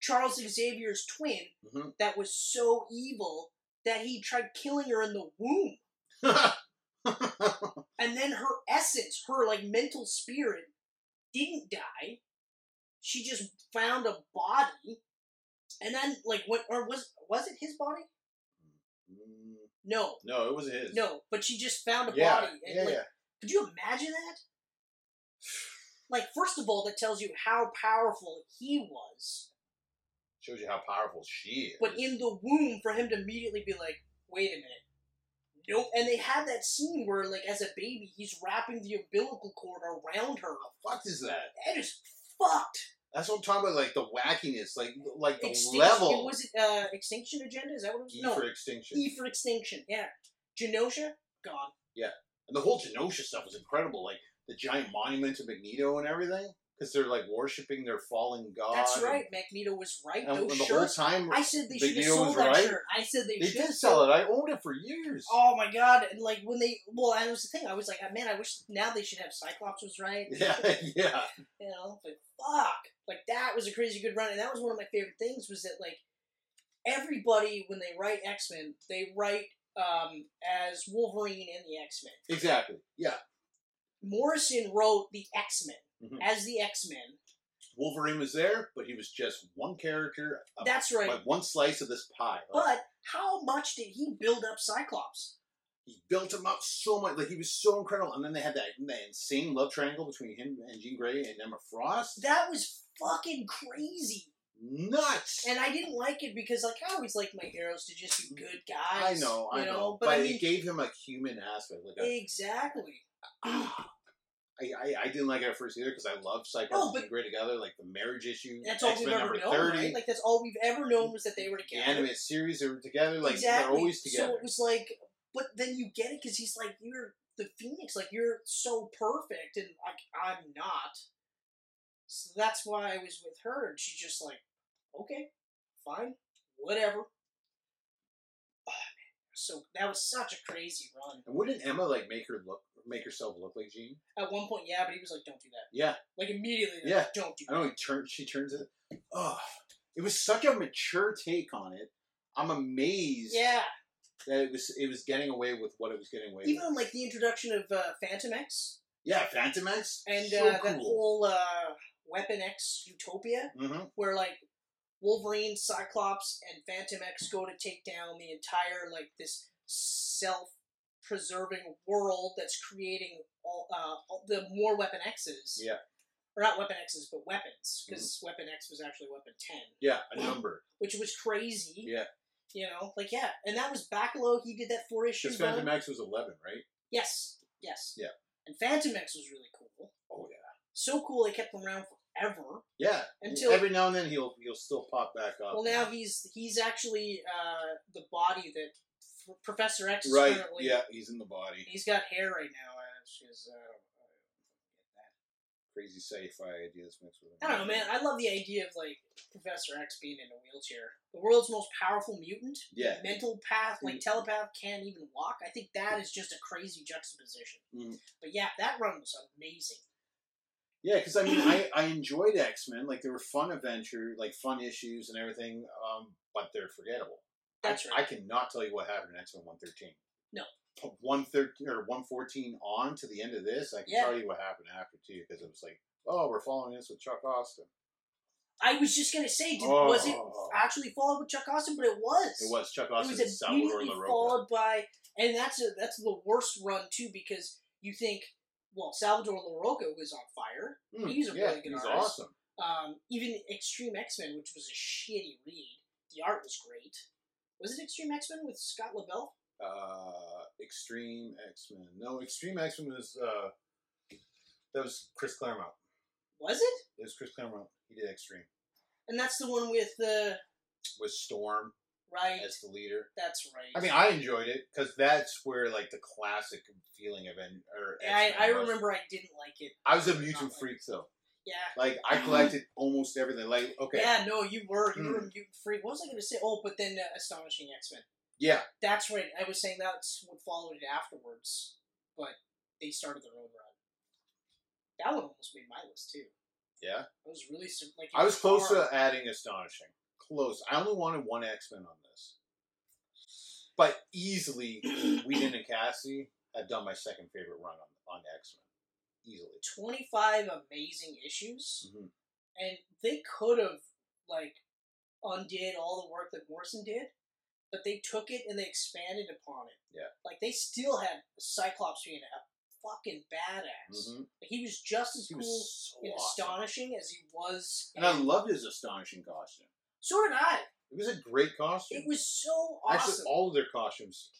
charles xavier's twin
Mhm.
that was so evil that he tried killing her in the womb
Mm-hmm.
and then her essence her like mental spirit didn't die she just found a body and then like what or was was it his body
Mm,
no,
no, it was his.
no. But she just found a
yeah,
body. And
yeah,
like,
yeah.
Could you imagine that? Like, first of all, that tells you how powerful he was.
Shows you how powerful she is.
But in the womb, for him to immediately be like, "Wait a minute, nope." And they had that scene where, like, as a baby, he's wrapping the umbilical cord around her.
what is that?
That is fucked.
That's what I'm talking about. Like the wackiness, like like the
Extinction-
level.
Was it uh, Extinction Agenda? Is that what it was?
E
no,
for extinction.
E for Extinction. Yeah, Genosha gone.
and the whole Genosha stuff was incredible. Like the giant monument to Magneto and everything, because they're like worshiping their fallen god.
That's
and-
right. Magneto was right.
And, and
Those
the whole
shirts
time,
I said they
Big
should have
Neo was
sold that
right.
shirt. I said they,
they
should
did sell it. I owned it for years.
Oh my god! And like when they, well, that was the thing. I was like, man, I wish now they should have Cyclops was right.
Yeah, yeah.
You know, like fuck, like that was a crazy good run, and that was one of my favorite things was that like everybody when they write X Men, they write um, as Wolverine and the X Men.
Exactly. Yeah.
Morrison wrote the X Men
Mhm.
as the X Men.
Wolverine was there, but he was just one character, a,
That's right.
like one slice of this pie. Like,
But how much did he build up Cyclops?
he built him up so much, like he was so incredible. And then they had that, that insane love triangle between him and Jean Grey and Emma Frost.
That was fucking crazy.
Nuts.
And I didn't like it because, like, I always like my heroes to just be good
I
guys.
know, Mm. I
you
know,
But,
but,
I
it
mean,
gave him a human aspect. Like a,
exactly.
I, I, I didn't like it at first either because I love Cyclops
No,
and
but-
Jean Grey together, like the marriage issue.
That's all
X-Men
we've ever
number
known,
thirty,
right? Like, that's all we've ever known was that they were
the
together.
animated series they were together. Like they're always together.
So it was like, but then you get it because he's like, you're the Phoenix, like you're so perfect, and like I'm So that's why I was with her, and she's just like, okay, fine, whatever. Ah, man. So that was such a crazy run.
And wouldn't Emma like make her look, make herself look like Jean?
At one point, yeah, but he was like, don't do that.
Yeah,
Like immediately, like,
Yeah.
don't do
I
that.
don't. Know, he turn, she turns it. Oh, it was such a mature take on it. I'm amazed
Yeah.
that it was it was getting away with what it was getting away with.
Even like the introduction of uh, Phantom X
Yeah, Phantom X.
and
so
uh, that
cool.
whole uh, Weapon X Utopia.
hmm
where like Wolverine, Cyclops, and Phantom X go to take down the entire like this self-preserving world that's creating all, uh, all the more Weapon X's.
Yeah. Mm-hmm.
Or not Weapon X's, but weapons, because Weapon X was actually Weapon Ten,
Yeah, a number.
which was crazy.
Yeah.
You know, like yeah, and that was Bacalo. He did that four issue
Because
run.
Phantom X was 11, right?
yes. Yes.
Yeah.
And Phantom X was really cool.
Oh yeah.
So cool, they kept them around forever.
Yeah.
Until-
every now and then he'll he'll still pop back up.
Well, now he's he's actually uh, the body that F- Professor X is
right.
currently.
Yeah, he's in the body.
He's got hair right now. Uh, she's, uh,
Crazy sci-fi ideas mixed with.
I don't know, man. I love the idea of like Professor X being in a wheelchair. The world's most powerful mutant,
Yeah.
mental path, like
Mm.
telepath, can't even walk. I think that is just a crazy juxtaposition.
Mm.
But yeah, that run was amazing.
Yeah, because I mean, I, I enjoyed X Men. Like they were fun adventure, like fun issues and everything. Um, but they're forgettable.
That's
I,
right.
I cannot tell you what happened in X Men One Thirteen.
No.
One thirteen or one fourteen on to the end of this, I can
Yeah.
tell you what happened after too, because it was like, oh, we're following this with Chuck Austin.
I was just gonna say, did,
Oh.
was it actually followed with Chuck Austin? But it was.
It was Chuck
it
Austin and
was
Salvador
immediately
LaRocca.
followed by, and that's a, that's the worst run too because you think, well, Salvador LaRocca was on fire.
Mm,
He's a
yeah,
really good
he's
artist.
awesome.
Um, even Extreme X Men, which was a shitty read, the art was great. Was it Extreme X Men with Scott LaBelle?
uh, Extreme X Men. No, Extreme X Men was uh, that was Chris Claremont.
Was it?
It was Chris Claremont. He did Extreme.
And that's the one with the
With Storm
right.
as the leader.
That's right.
I mean, I enjoyed it because that's where like the classic feeling of N- or
I,
X-Men
I
was.
remember I didn't like it.
I was a
Not
mutant
like-
freak though.
Yeah.
Like I collected almost everything. Like okay, Hmm. yeah,
Yeah, no, you were you were a mutant freak. What was I going to say? Oh, but then uh, Astonishing X Men. That's right. I was saying that's what followed it afterwards, but they started their own run. That one almost made my list too.
Yeah?
I was really sur- like it
I was close
hard.
to adding astonishing. Close. I only wanted one X Men on this, but easily Whedon and Cassie have done my second favorite run on on X Men. Easily.
twenty-five amazing issues,
Mhm.
and they could have like undid all the work that Morrison did, but they took it and they expanded upon it.
Yeah.
like they still had Cyclops being a fucking badass.
Mhm.
Like, he was just as
He
cool
was so
and
awesome.
astonishing as he was.
And I
in-
loved his astonishing costume.
So did I.
It was a great costume.
It was so awesome.
Actually, all of their costumes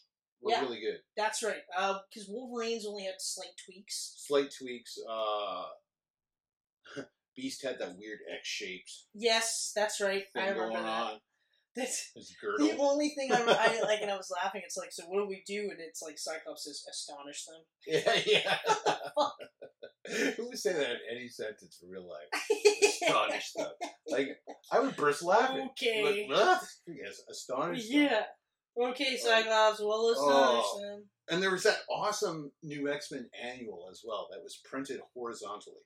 were
Yeah.
really good.
That's right. Because Wolverine's only had slight tweaks.
Slight tweaks. Uh, Beast had that weird X-shaped
Yes, that's right. I
thing going
remember that.
on.
That's
His
the
girdle.
only thing I, I like, and I was laughing. It's like, so what do we do? And it's like Cyclops says, astonish them.
yeah, yeah. Who would say that in any sentence in real life? Astonish them. Like I would burst laughing.
okay.
Like, "What?" yes, astonish them.
Yeah. Okay, Cyclops. Well, astonish
Oh.
them.
And there was that awesome new X Men annual as well that was printed horizontally.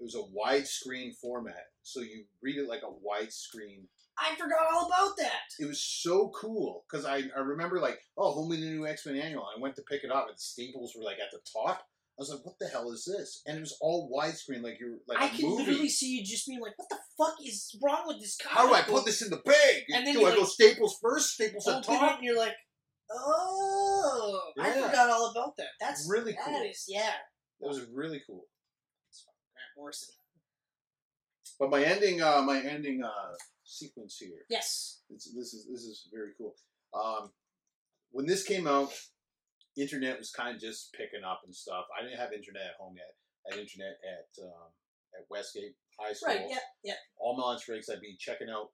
It was a widescreen format, so you read it like a widescreen.
I forgot all about that.
It was so cool because I, I remember like, oh, home of the new X Men annual. I went to pick it up, and the staples were like at the top. I was like, what the hell is this? And it was all widescreen, like you're like
I
a
can
movie.
literally see you just being like, what the fuck is wrong with this comic
How do I
book?
put this in the bag?
And then
do
you,
I go
like,
staples first, staples on
open it
top?
and you're like, oh, I
Yeah.
forgot all about that. That's
Really
that
cool.
is- yeah,
That was really cool.
Grant Morrison.
But my ending, uh, my ending uh, sequence here
Yes,
It's, this is this is very cool. Um, when this came out, internet was kind of just picking up and stuff. I didn't have internet at home yet. I had internet at um, at Westgate High School.
right. Yeah, yeah.
All my lunch breaks, I'd be checking out.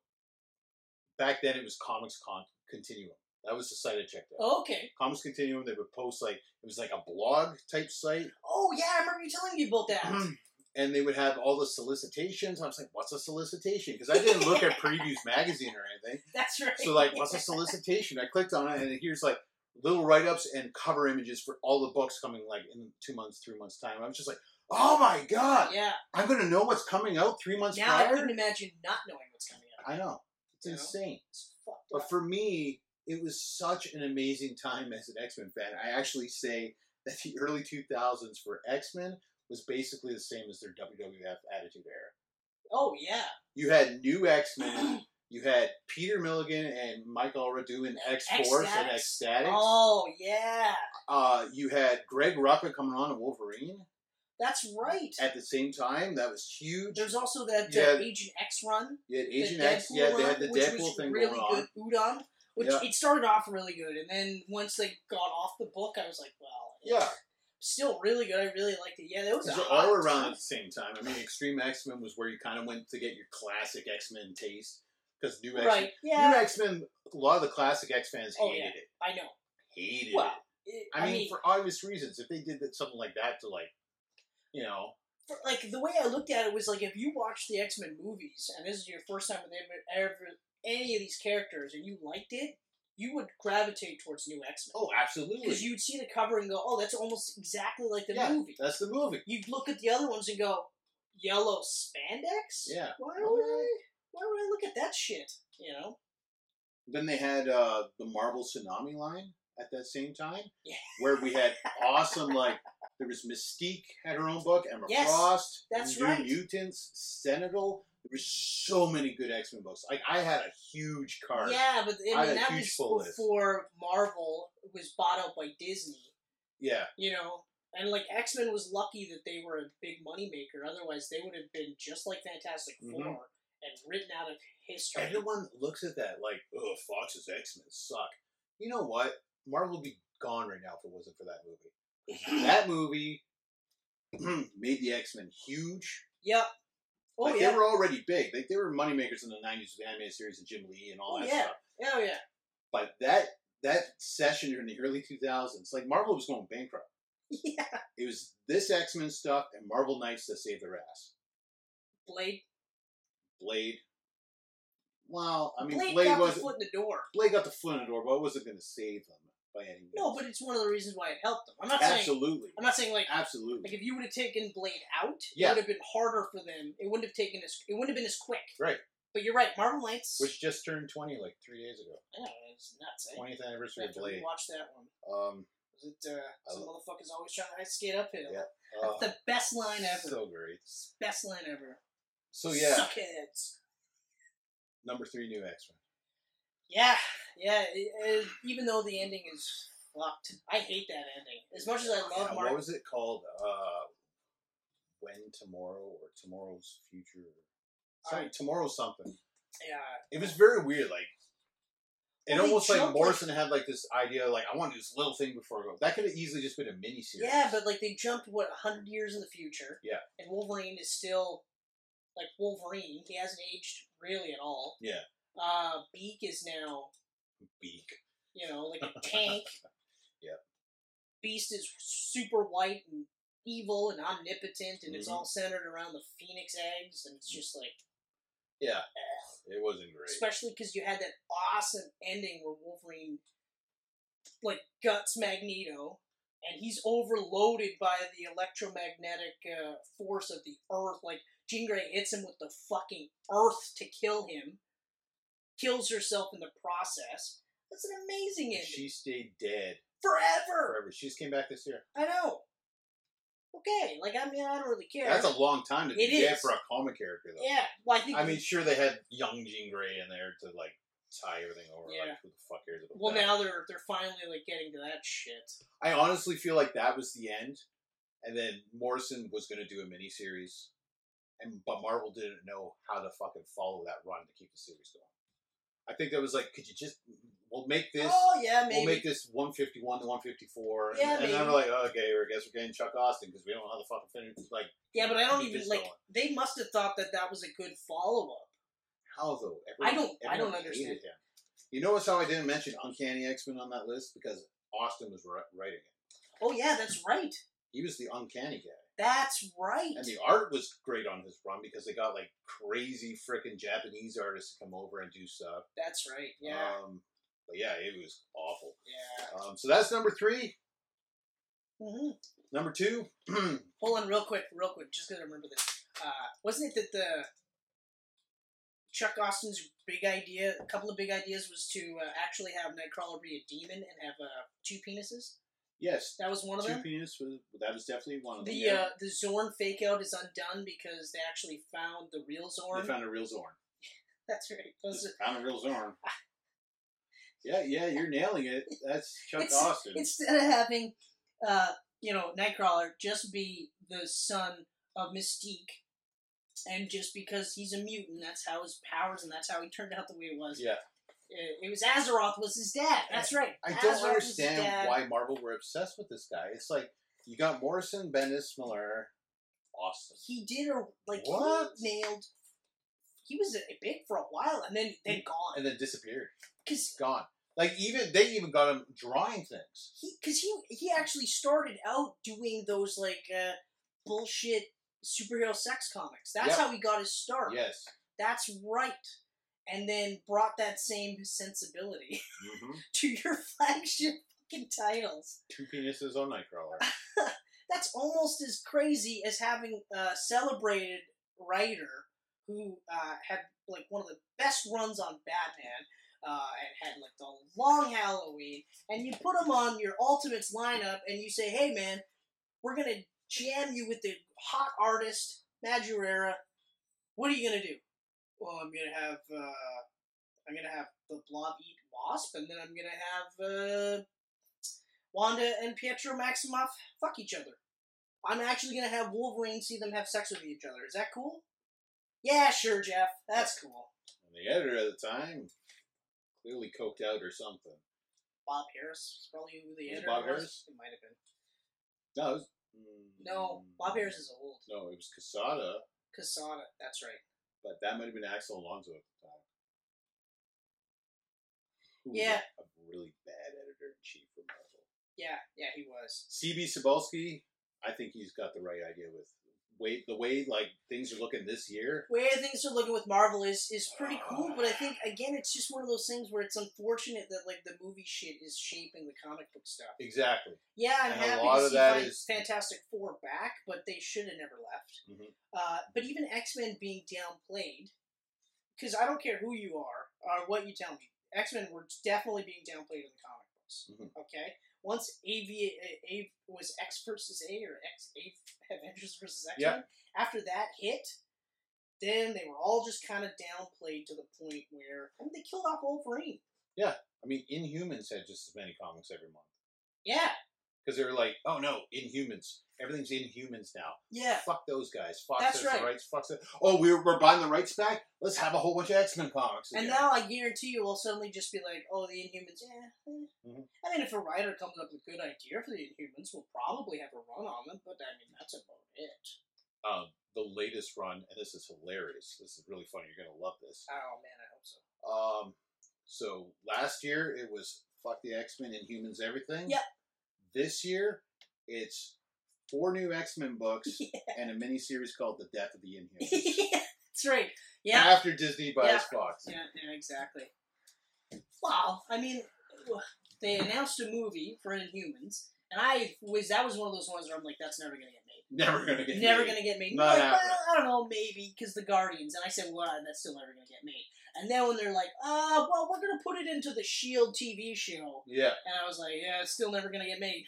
Back then, it was Comics Con Continuum. That was the site I checked out.
Oh, okay.
Comics Continuum. They would post like it was like a blog type site,
Oh yeah, I remember you telling me about that.
and and they would have all the solicitations. I was like, "What's a solicitation?" Because I didn't look at Previews magazine or anything.
That's right.
So like, what's a solicitation? I clicked on it, and here's like little write-ups and cover images for all the books coming like in two months, three months time. I was just like, "Oh my god,
Yeah.
I'm gonna know what's coming out three months
Now I
prior."
couldn't imagine not knowing what's coming up.
I know it's
You know?
insane.
It's fucked up.
But for me, it was such an amazing time as an X Men fan. I actually say that the early 2000s for X Men was basically the same as their WWF Attitude Era.
oh yeah.
You had new X Men, you had Peter Milligan and Mike Allred doing X Force and
X-Statics.
Ecstatics.
Oh yeah.
Uh, you had Greg Rucka coming on in Wolverine
That's right.
at the same time. That was huge.
There's also that
Yeah.
uh, Agent X run.
You had
the
Agent X. Yeah, they had the
run, which
Deadpool
was
thing
really
going on.
good udon, which
Yeah.
it started off really good, and then once they got off the book, I was like, well,
Yeah,
still really good. I really liked it. Yeah, that was a
These are
hot
all around
time.
at the same time. I mean, Extreme X Men was where you kind of went to get your classic X Men taste because New X
Right?
Men,
Yeah,
New X Men, a lot of the classic X fans
Oh,
hated
yeah.
it,
I know.
hated
Well,
it.
it-
I, mean, for obvious reasons. If they did that, something like that to like, you know,
for- like the way I looked at it was like if you watch the X Men movies and this is your first time with ever- ever any of these characters and you liked it, you would gravitate towards New X Men
oh, absolutely,
because you'd see the cover and go, oh, that's almost exactly like the
yeah,
movie.
that's the movie.
You'd look at the other ones and go, yellow spandex.
Yeah.
Why would I? Why would I look at that shit? You know.
Then they had uh, the Marvel Tsunami line at that same time,
Yeah.
where we had awesome like. There was Mystique had her own book, Emma
Yes,
Frost,
that's
New
right.
Mutants, Sentinel. There were so many good X Men books. Like I had a huge card.
Yeah, but
I
I mean
had a
that
huge
was
full list.
before Marvel was bought out by Disney.
Yeah,
you know and like x-men was lucky that they were a big moneymaker otherwise they would have been just like fantastic 4
Mhm.
and written out of history
everyone looks at that like, oh, Fox's X Men suck. You know what? Marvel would be gone right now if it wasn't for that movie. that movie made the X Men huge.
yep oh
like,
yeah
They were already big. Like, they were moneymakers in the 90s with animated series and Jim Lee and all
Oh,
that
yeah.
stuff.
oh yeah
But that that session in the early 2000s, like Marvel was going bankrupt.
yeah
It was this X Men stuff and Marvel Knights that saved their ass.
blade
Blade. Well, I mean, Blade,
blade, got
was
the foot in the door
Blade got the foot in the door, but it wasn't going to save them by any means.
no but it's one of the reasons why it helped them i'm not saying
absolutely,
i'm not saying like like
absolutely,
if you would have taken blade out
Yeah.
it would have been harder for them it wouldn't have taken as it wouldn't have been as quick
Right.
but you're right marvel knights
which just turned twenty like three days ago.
i know it's nuts eh?
Twentieth
I
anniversary
have
of
to
Blade.
watch that one
Um,
was it uh,
I
some
lo-
motherfuckers always trying to skate uphill
Yeah.
That's
uh,
the best line ever.
so great.
best line ever.
So yeah,
Suckheads.
number three, new X Men.
Yeah, yeah. it- it- even though the ending is fucked, I hate that ending. As much as I love
Yeah,
Mark,
What was it called? Uh, when tomorrow or tomorrow's future? Sorry,
Uh,
tomorrow something.
yeah,
It was very weird. Like it
Well, they
almost like
jumped,
Morrison had like this idea, like I want to do this little thing before I go. That could have easily just been a mini series.
yeah. But like they jumped what hundred years in the future.
Yeah.
and Wolverine is still like Wolverine. He hasn't aged really at all.
Yeah.
Uh, Beak is now
Beak.
you know like a tank.
Yeah.
Beast is super white and evil and omnipotent, and it's
Mhm.
all centered around the phoenix eggs, and
Mm.
it's just like.
Yeah, it wasn't great.
especially because you had that awesome ending where Wolverine like guts Magneto, and he's overloaded by the electromagnetic uh, force of the Earth. Like Jean Grey hits him with the fucking Earth to kill him, kills herself in the process. That's an amazing ending.
She stayed dead
Forever,
forever. She just came back this year.
I know. Okay, like I mean, I don't really care.
That's a long time to be
It
dead
is.
for a comic character, though.
yeah. Well, I think
I mean, sure they had young Jean Grey in there to like tie everything over.
Yeah.
Like, who the fuck cares about
well
that?
now they're they're finally like getting to that shit.
I honestly feel like that was the end, and then Morrison was going to do a miniseries, and but Marvel didn't know how to fucking follow that run to keep the series going. I think that was like, could you just we'll make this.
oh yeah, maybe.
We'll make this 151 to 154, and,
Yeah,
and then
maybe.
we're like, oh, okay, I guess we're getting Chuck Austin because we don't know how the fucking finish. Like,
Yeah, but I don't
Keep
even
this
like.
going.
They must have thought that that was a good follow up.
How though?
I don't- I don't
everyone hated
understand.
him. You notice how I didn't mention Uncanny X Men on that list because Austin was ri- writing it.
Oh yeah, that's right.
He was the Uncanny guy.
That's right.
And the art was great on his run because they got like crazy freaking Japanese artists to come over and do stuff.
That's right. Yeah.
Um, but yeah, it was awful.
yeah.
Um, so that's number three.
hmm
Number two,
Hold on, real quick, real quick. Just gotta remember this. Uh, wasn't it that the Chuck Austin's big idea, a couple of big ideas, was to uh, actually have Nightcrawler be a demon and have uh, two penises?
yes,
That was one of
two
them.
penis was that was definitely one of them.
The
yeah.
uh, the Zorn fake out is undone because they actually found the real Zorn.
they found a real Zorn.
That's right. Those
Just
are-
found a real Zorn. Yeah, yeah, you're nailing it. That's Chuck
It's-
Austin.
instead of having, uh, you know, Nightcrawler just be the son of Mystique, and just because he's a mutant, that's how his powers and that's how he turned out the way it was. eh,
yeah,
It, it was Azeroth was his dad. That's right.
I
Azeroth
don't
was his
understand
dad.
why Marvel were obsessed with this guy. It's like you got Morrison, Bendis, Miller, Austin.
he did a like
What?
he nailed. He was a, big for a while, and then then gone
and then disappeared.
because
Gone. Like even they even got him drawing things.
he because he he actually started out doing those like uh, bullshit superhero sex comics. That's
Yep.
how he got his start.
Yes.
That's right. And then brought that same sensibility to your flagship fucking titles.
Two penises on Nightcrawler.
That's almost as crazy as having a celebrated writer who uh, had like one of the best runs on Batman uh, and had like the long Halloween, and you put him on your Ultimates lineup, and you say, "Hey, man, we're gonna jam you with the hot artist Majorera. What are you gonna do? Well, I'm gonna have uh, I'm gonna have the Blob eat Wasp, and then I'm gonna have uh, Wanda and Pietro Maximoff fuck each other. I'm actually gonna have Wolverine see them have sex with each other. Is that cool? Yeah, sure, Jeff. That's cool.
And the editor at the time clearly coked out or something.
Bob Harris is probably who the
Was it
editor
Bob
was.
Harris?
It might have been.
No, it was, mm,
No, Bob Harris is old.
No, it was Casada,
Casada, that's right.
but that might have been Axel Alonso at the time. Who was
Yeah.
a really bad editor in chief for Marvel.
Yeah, yeah, he was.
CB Sabalski, I think he's got the right idea with way the way like things are looking this year.
Where things are looking with Marvel is is pretty cool, but I think again it's just one of those things where it's unfortunate that like the movie shit is shaping the comic book stuff.
Exactly.
Yeah, I'm
And a
happy
lot
to
of
see
that
Fan-
is-
Fantastic Four back, but they should have never left.
Mhm.
Uh, but even X Men being downplayed, because I don't care who you are or what you tell me, X Men were definitely being downplayed in the comic books.
Mhm.
Okay, once AV, uh, A was X versus A or X A Avengers versus X Men. After that hit, then they were all just kind of downplayed to the point where I mean, they killed off Wolverine.
I mean, Inhumans had just as many comics every month
Yeah,
because they were like, "Oh no, Inhumans! Everything's Inhumans now.
yeah,
Fuck those guys. Fox
That's
has
right.
the rights. Fox. Has... Oh, we're, we're buying the rights back. Let's have a whole bunch of X Men comics."
And
again."
now I guarantee you, we'll suddenly just be like, "Oh, the Inhumans." Eh. eh.
Mhm.
I mean, if a writer comes up with a good idea for the Inhumans, we'll probably have a run on them. But I mean, that's about it.
um, the latest run, and this is hilarious. This is really funny. You're gonna love this.
Oh man, I hope so.
Um, so last year it was fuck the X Men, Inhumans, everything.
Yep.
This year it's four new X Men books
Yeah.
and a mini series called The Death of the Inhumans.
that's right. Yeah,
After Disney buys
Yeah.
Fox.
yeah, yeah, exactly. Wow. I mean, they announced a movie for Inhumans, and I was that was one of those ones where I'm like, "That's never gonna get made."
Never gonna get.
never
made.
gonna get made.
Not
Like, well,
happening.
I don't know, maybe because the Guardians. And I said, well, that's still never gonna get made. And then when they're like, uh, well, we're gonna put it into the Shield TV show,
Yeah.
and I was like, yeah, it's still never gonna get made.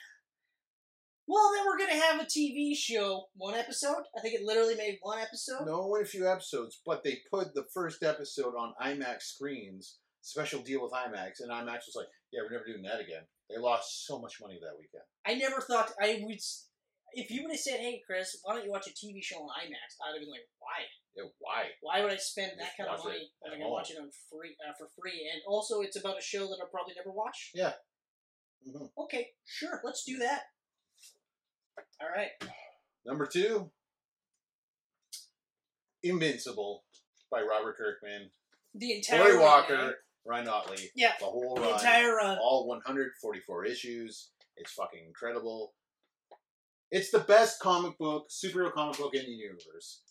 Well, then we're gonna have a TV show, one episode. I think it literally made one episode.
No, only a few episodes, but they put the first episode on IMAX screens. Special deal with IMAX, and IMAX was like, "Yeah, we're never doing that again." They lost so much money that weekend.
I never thought I would. s- If you would have said, hey, Chris, why don't you watch a TV show on IMAX? I'd have been like, why?
Yeah, why?
Why would I spend that
Just
kind of
watch it
money when
at
I can
home.
watch it on free uh, for free? And also, it's about a show that I'll probably never watch.
hmm
Okay, sure, let's do that. All right.
Number two, Invincible by Robert Kirkman,
The entire
Cory
run,
Walker,
man.
Ryan Otley,
Yeah,
the whole
the
run,
entire run.
all 144 issues. It's fucking incredible. It's the best comic book, superhero comic book in the universe.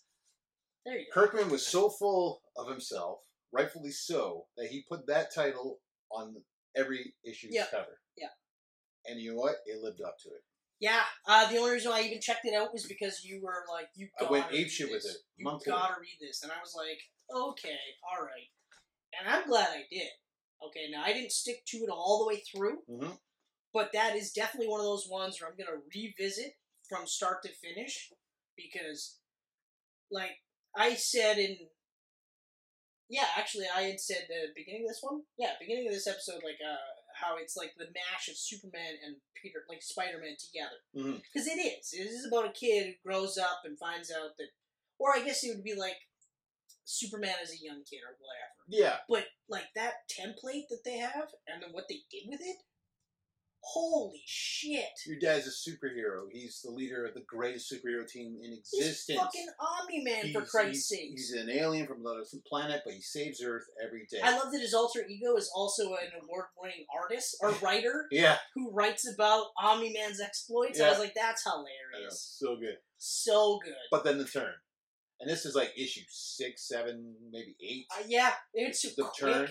There you go.
Kirkman was so full of himself, rightfully so, that he put that title on every issue's
Yeah.
cover.
Yeah.
And you know what? It lived up to it.
Yeah, uh, the only reason why I even checked it out was because you were like, you.
I
gotta
went
read
apeshit with
this.
it.
You
Monthly.
gotta read this, and I was like, okay, all right, and I'm glad I did. Okay, now I didn't stick to it all the way through,
Mm-hmm.
but that is definitely one of those ones where I'm gonna revisit from start to finish because, like I said in, yeah, actually I had said the beginning of this one, yeah, beginning of this episode, like uh, how it's like the mash of Superman and Peter, like Spider-Man together
Mm-hmm.
because it is. It is about a kid who grows up and finds out that, or I guess it would be like Superman as a young kid or whatever.
Yeah.
But like that template that they have and then what they did with it, holy shit!
Your dad's a superhero. He's the leader of the greatest superhero team in existence.
He's fucking Omni Man for
He's-
Christ's
he's-
sake.
He's an alien from another planet, but he saves Earth every day.
I love that his alter ego is also an award-winning artist or writer
yeah.
who writes about Omni Man's exploits. I
Yeah.
was like, that's
I know.
hilarious.
So good.
So good.
But then the turn. And this is like issue six, seven, maybe eight.
Uh, yeah, it's
the
quick.
turn.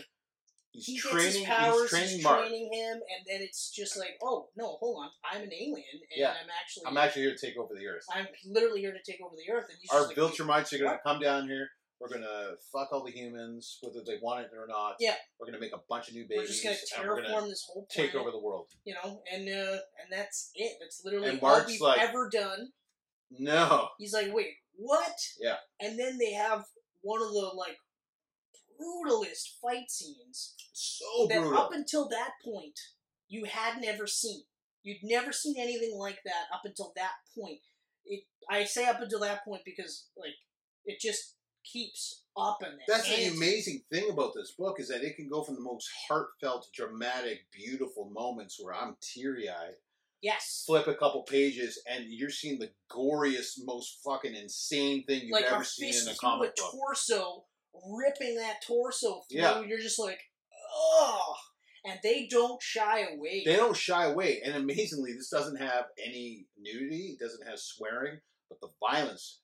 He's
he gets
training.
his powers,
he's training
he's
Mark.
training him, and then it's just like, oh no, hold on, I'm an alien, and
Yeah.
I'm actually,
I'm actually here to take over the Earth.
I'm literally here to take over the earth, and he's
Our
just like,
Viltrumites are going to
What?
come down here. We're going to fuck all the humans, whether they want it or not.
Yeah.
We're going to make a bunch of new
we're
babies.
just gonna
and we're
terraform
gonna
this whole planet,
take over the world.
you know, and uh, and that's it. That's literally
And
all
Mark's
we've
like-
ever done.
No.
He's like, wait, what?
Yeah.
And then they have one of the like brutalist fight scenes
So
that
brutal.
up until that point you had never seen. You'd never seen anything like that up until that point. It I say up until that point because like it just keeps up and
That's
and
the amazing thing about this book is that it can go from the most heartfelt, dramatic, beautiful moments where I'm teary eyed
Yes.
flip a couple pages and you're seeing the goriest, most fucking insane thing you've
like
ever
a
seen
fist
in a
through
comic
a
book.
torso, ripping that torso through.
Yeah.
You're just like, oh, and they don't shy away.
They don't shy away, and amazingly, this doesn't have any nudity. It doesn't have swearing, but the violence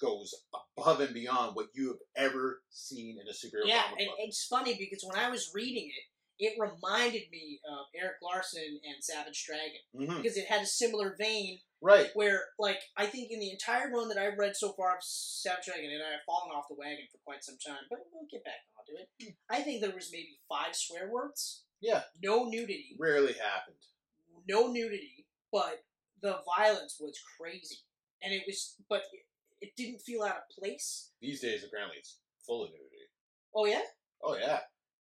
goes above and beyond what you have ever seen in a superhero
yeah,
comic
and
book.
it's funny because when I was reading it, it reminded me of Eric Larson and Savage Dragon
hmm
because it had a similar vein
Right?
where like I think in the entire run that I've read so far of Savage Dragon, and I've fallen off the wagon for quite some time, but we'll get back onto it. I think there was maybe five swear words.
Hmm. Yeah.
No nudity.
Rarely happened.
No nudity, but the violence was crazy, and it was, but it, it didn't feel out of place.
These days, apparently, it's full of nudity.
Oh yeah,
Oh yeah.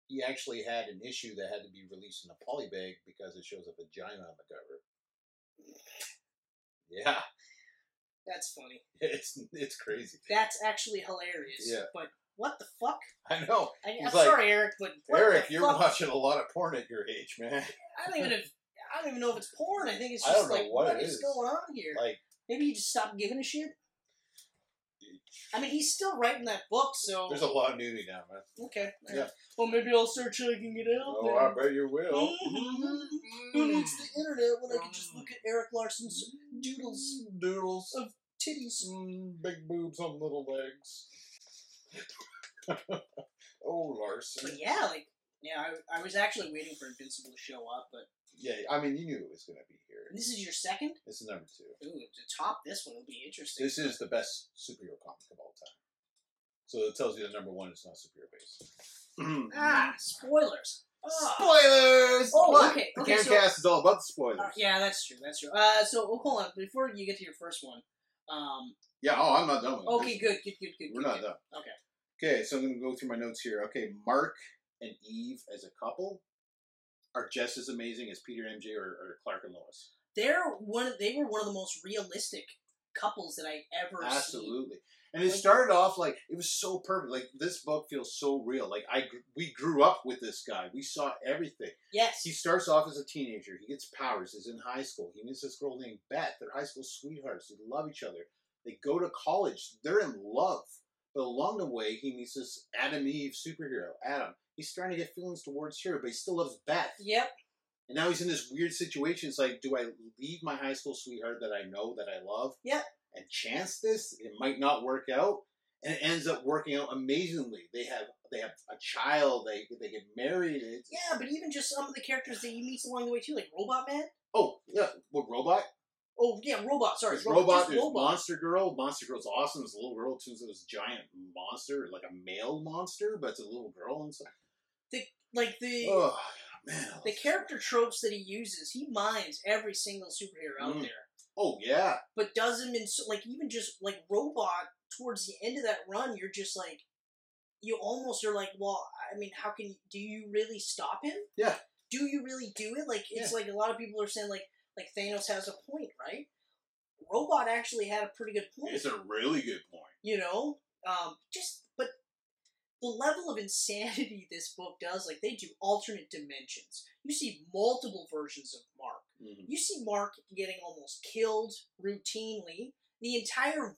He actually had an issue that had to be released in a poly bag because it shows a vagina on the cover. Yeah.
that's funny.
It's it's crazy.
That's actually hilarious.
Yeah.
But what the fuck?
I know.
I, I'm
He's like,
sorry, Eric, but what
Eric,
the
you're
fuck?
watching a lot of porn at your age, man.
I don't even. Have, I don't even know if it's porn. I think it's
I
just
don't know
like
what
what
it
is
is.
going on here.
Like
Maybe he just stopped giving a shit. I mean, he's still writing that book, so
there's a lot of nudity now, man.
okay. all
Yeah.
right. Well, maybe I'll start checking it out.
Oh,
then.
I bet Oh, mm-hmm. you will.
Mhm. Who needs the internet when I can just look at Eric Larson's doodles,
Doodles.
titties?
Mm, big boobs on little legs. oh,
But
Larson.
yeah, like yeah, I, I was actually waiting for Invincible to show up, but
Yeah, I mean, you knew it was going to be here.
this is your second.
This is number two.
Ooh, to top this one will be interesting.
This is the best superhero comic of all time. So it tells you that number one is not superhero based.
ah, spoilers. Ah.
Spoilers!
Oh,
Look,
okay,
The
okay,
Camcast
so-
is all about the spoilers.
Uh, yeah, that's true. That's true. Uh, so oh, hold on before you get to your first one. Um,
Yeah, oh, I'm not done with
okay,
this.
good, good, good, good.
We're
good,
not
good.
done.
Okay.
Okay, so I'm going to go through my notes here. Okay, Mark and Eve as a couple are just as amazing as Peter MJ or, or Clark and Lois.
They're one. Of, they were one of the most realistic couples that I ever seen.
Absolutely. And it started off like it was so perfect. Like this book feels so real. Like I, gr- we grew up with this guy. We saw everything.
Yes.
He starts off as a teenager. He gets powers. Is in high school. He meets this girl named Beth. They're high school sweethearts. They love each other. They go to college. They're in love. But along the way, he meets this Adam Eve superhero, Adam. He's starting to get feelings towards her, but he still loves Beth.
Yep.
And now he's in this weird situation. It's like, do I leave my high school sweetheart that I know that I love?
Yeah.
And chance this? It might not work out. And it ends up working out amazingly. They have they have a child. They they get married. It's,
Yeah, but even just some of the characters that he meets along the way too, like Robot Man.
Oh yeah, what robot?
Oh yeah, Robot. Sorry,
There's robot.
just
There's monster girl. Monster girl's awesome. There's a little girl too. There's this giant monster, like a male monster, but it's a little girl inside.
Like the
Oh man. I
the
love-
character tropes that he uses, he mines every single superhero out
Mm.
there,
Oh yeah.
but does him in so- like even just like Robot towards the end of that run, you're just like, you almost are like, well, I mean, how can do you really stop him?
Yeah.
Do you really do it? Like it's like a lot of people are saying like like Thanos has a point, right? Robot actually had a pretty good point.
It's a really good point.
you know um, just but the level of insanity this book does like they do alternate dimensions you see multiple versions of mark
Mhm.
you see mark getting almost killed routinely the entire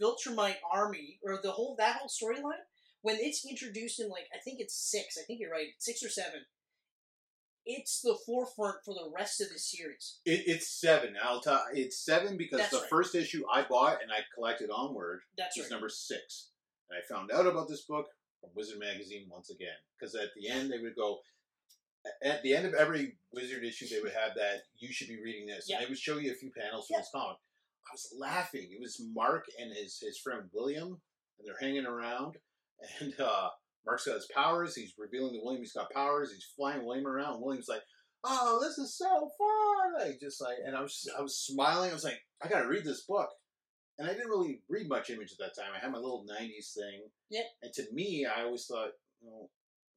viltrumite army or the whole that whole storyline when it's introduced in like i think it's six i think you're right six or seven it's the forefront for the rest of the series
It, it's seven. I'll tell. It's seven because
That's
the
right.
first issue I bought and I collected onward
that's
is
right
number six, and I found out about this book from Wizard magazine once again because at the end they would go. At the end of every Wizard issue, they would have that you should be reading this,
Yeah.
and they would show you a few panels from
Yeah.
this comic. I was laughing. It was Mark and his his friend William, and they're hanging around, and uh, Mark's got his powers. He's revealing to William he's got powers. He's flying William around. William's like, "Oh, this is so fun!" Like just like, and I was I was smiling. I was like, "I gotta read this book," and I didn't really read much Image at that time. I had my little '90s thing.
Yep.
And to me, I always thought, you know,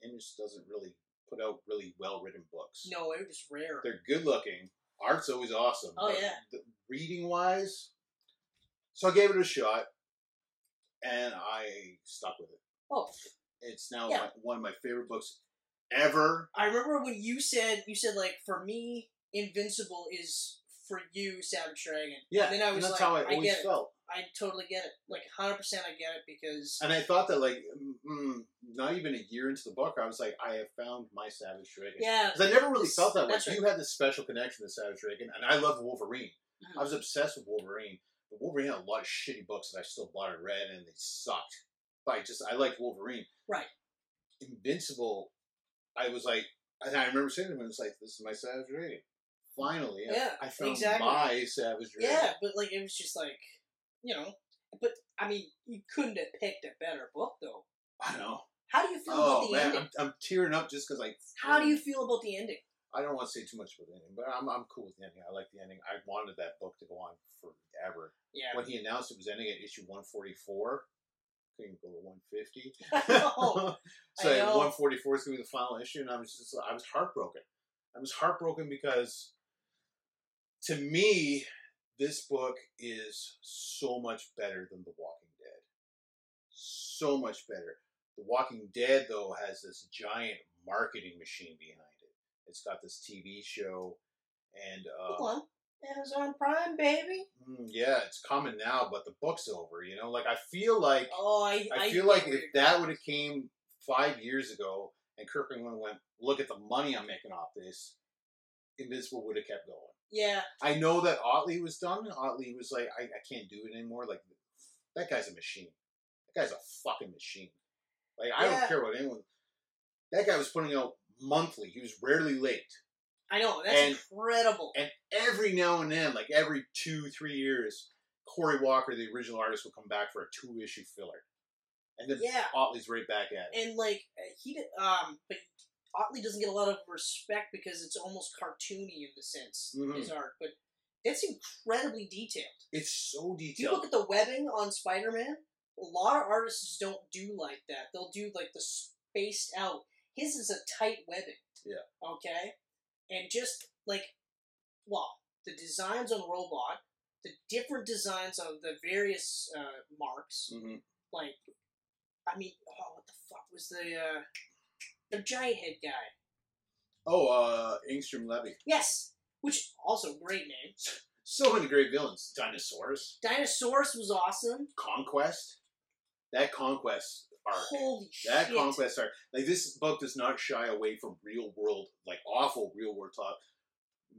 Image doesn't really put out really well written books.
no it was rare
They're good looking. Art's always awesome.
Oh,
but
yeah.
The reading wise, so I gave it a shot, and I stuck with it.
oh
It's now
Yeah.
my, one of my favorite books ever.
I remember when you said you said like for me, Invincible is for you, Savage Dragon.
Yeah,
And then I
and
was
that's
like,
how I
I,
always
get it.
felt.
I totally get it. Like hundred percent, I get it because
And I thought that, like, mm, mm, not even a year into the book, I was like, I have found my Savage Dragon.
yeah,
Because I never really
Yes,
felt that way.
that's right.
You had this special connection to Savage Dragon, and I love Wolverine.
Mhm.
I was obsessed with Wolverine, but Wolverine had a lot of shitty books that I still bought and read, and they sucked. But I just I liked Wolverine.
Right.
Invincible, I was like, and I remember saying to him, "It's like this is my Savage Dragon." Finally, I-
Yeah,
I found
exactly.
my Savage Dragon.
yeah, but like it was just like you know, but I mean, you couldn't have picked a better book though.
I know.
How do you feel about
Oh
the
man,
ending?
I'm, I'm tearing up just because like.
How do you feel about the ending?
I don't want to say too much about the ending, but I'm, I'm cool with the ending. I like the ending. I wanted that book to go on forever.
Yeah.
when he announced it was ending at issue 144. Couldn't go to 150.
know.
so
I know.
144 is going to be the final issue, and I was just, I was heartbroken. I was heartbroken because, to me, this book is so much better than The Walking Dead. So much better. The Walking Dead, though, has this giant marketing machine behind it. It's got this TV show, and uh,
Hold on. Amazon Prime, baby.
Mm, yeah, it's coming now, but the book's over. You know, like I feel like
Oh, I.
I feel
get
like
where
if
you're
that
going.
would have came five years ago, and Kirkland went, "Look at the money I'm making off this," Invincible would have kept going.
Yeah.
I know that Otley was done. Otley was like, I, "I can't do it anymore." Like that guy's a machine. That guy's a fucking machine. Like I
Yeah.
don't care what anyone. That guy was putting out monthly. He was rarely late.
I know that's
And-
incredible.
And every now and then, like every two, three years, Corey Walker, the original artist, will come back for a two issue filler. And then
Yeah.
Otley's right back at it.
and like uh, he did, um, but Otley doesn't get a lot of respect because it's almost cartoony in the sense
Mhm.
his art, but that's incredibly detailed.
It's so
If you look
detailed.
at the webbing on Spider-Man, a lot of artists don't do like that. They'll do like the spaced out. His is a tight webbing.
Yeah.
Okay, and just like, well, the designs on Robot, the different designs of the various uh, marks
Mhm.
like I mean, oh, what the fuck was the uh, the giant head guy?
Oh, uh, Ingstrom Levy.
Yes, which also great name.
So many great villains. Dinosaurs,
Dinosaurus was awesome.
Conquest. that conquest arc.
Holy
That
shit.
conquest arc. Like this book does not shy away from real world, like awful real world talk.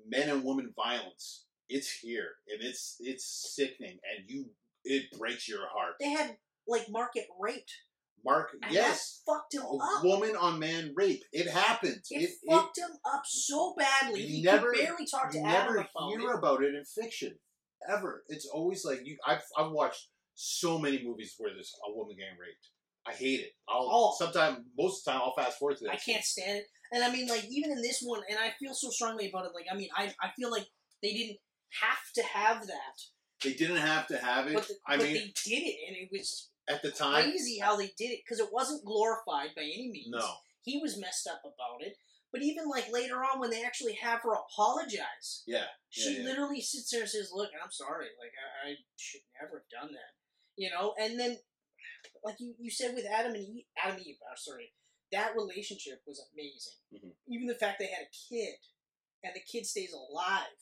Men and women violence. It's here. And it's it's sickening and you it breaks your heart.
They had like market rate.
Mark
And
yes.
that fucked him
A
up.
woman on man rape. It happens.
It,
It, it,
fucked him up so badly.
You
He
never-
could barely talk to
you
Adam
never
about
hear
it.
about it in fiction ever. It's always like you. I've I've watched so many movies where there's a woman getting raped. I hate it. I'll
Oh.
sometimes most of the time I'll fast forward to that.
I can't stand it. And I mean, like even in this one, and I feel so strongly about it. Like I mean, I I feel like they didn't have to have that,
They didn't have to have it.
but, the,
I
but
mean,
they did it, and it was
at the time,
crazy how they did it because it wasn't glorified by any means.
no.
he was messed up about it. But even like later on, when they actually have her apologize,
Yeah,
she
yeah.
literally sits there and says, "Look, I'm sorry. Like I, I should never have done that." You know, and then like you, you said with Adam and Eve, Adam and Eve, I'm sorry, that relationship was amazing.
Mhm.
Even the fact they had a kid, and the kid stays alive.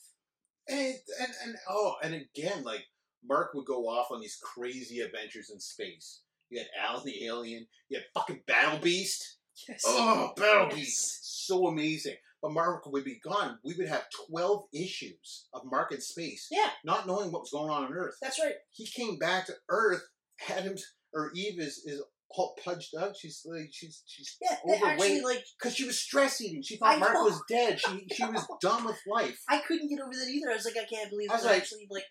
And, and and oh, and again, like Mark would go off on these crazy adventures in space. You had Alan the Alien. You had fucking Battle Beast.
Yes.
Oh, Battle
Yes.
Beast. So amazing. But Mark would be gone. We would have 12 issues of Mark in space,
Yeah,
not knowing what was going on on Earth.
that's right.
He came back to Earth, had him, or Eve is, is all pudged up. She's like, she's, she's,
Yeah, they actually
Overweight.
like
because she was stress eating. She thought
I
Mark
know.
was dead. She, she was done with life.
I couldn't get over that either. I was like, I can't believe
I was
this
like-
actually like.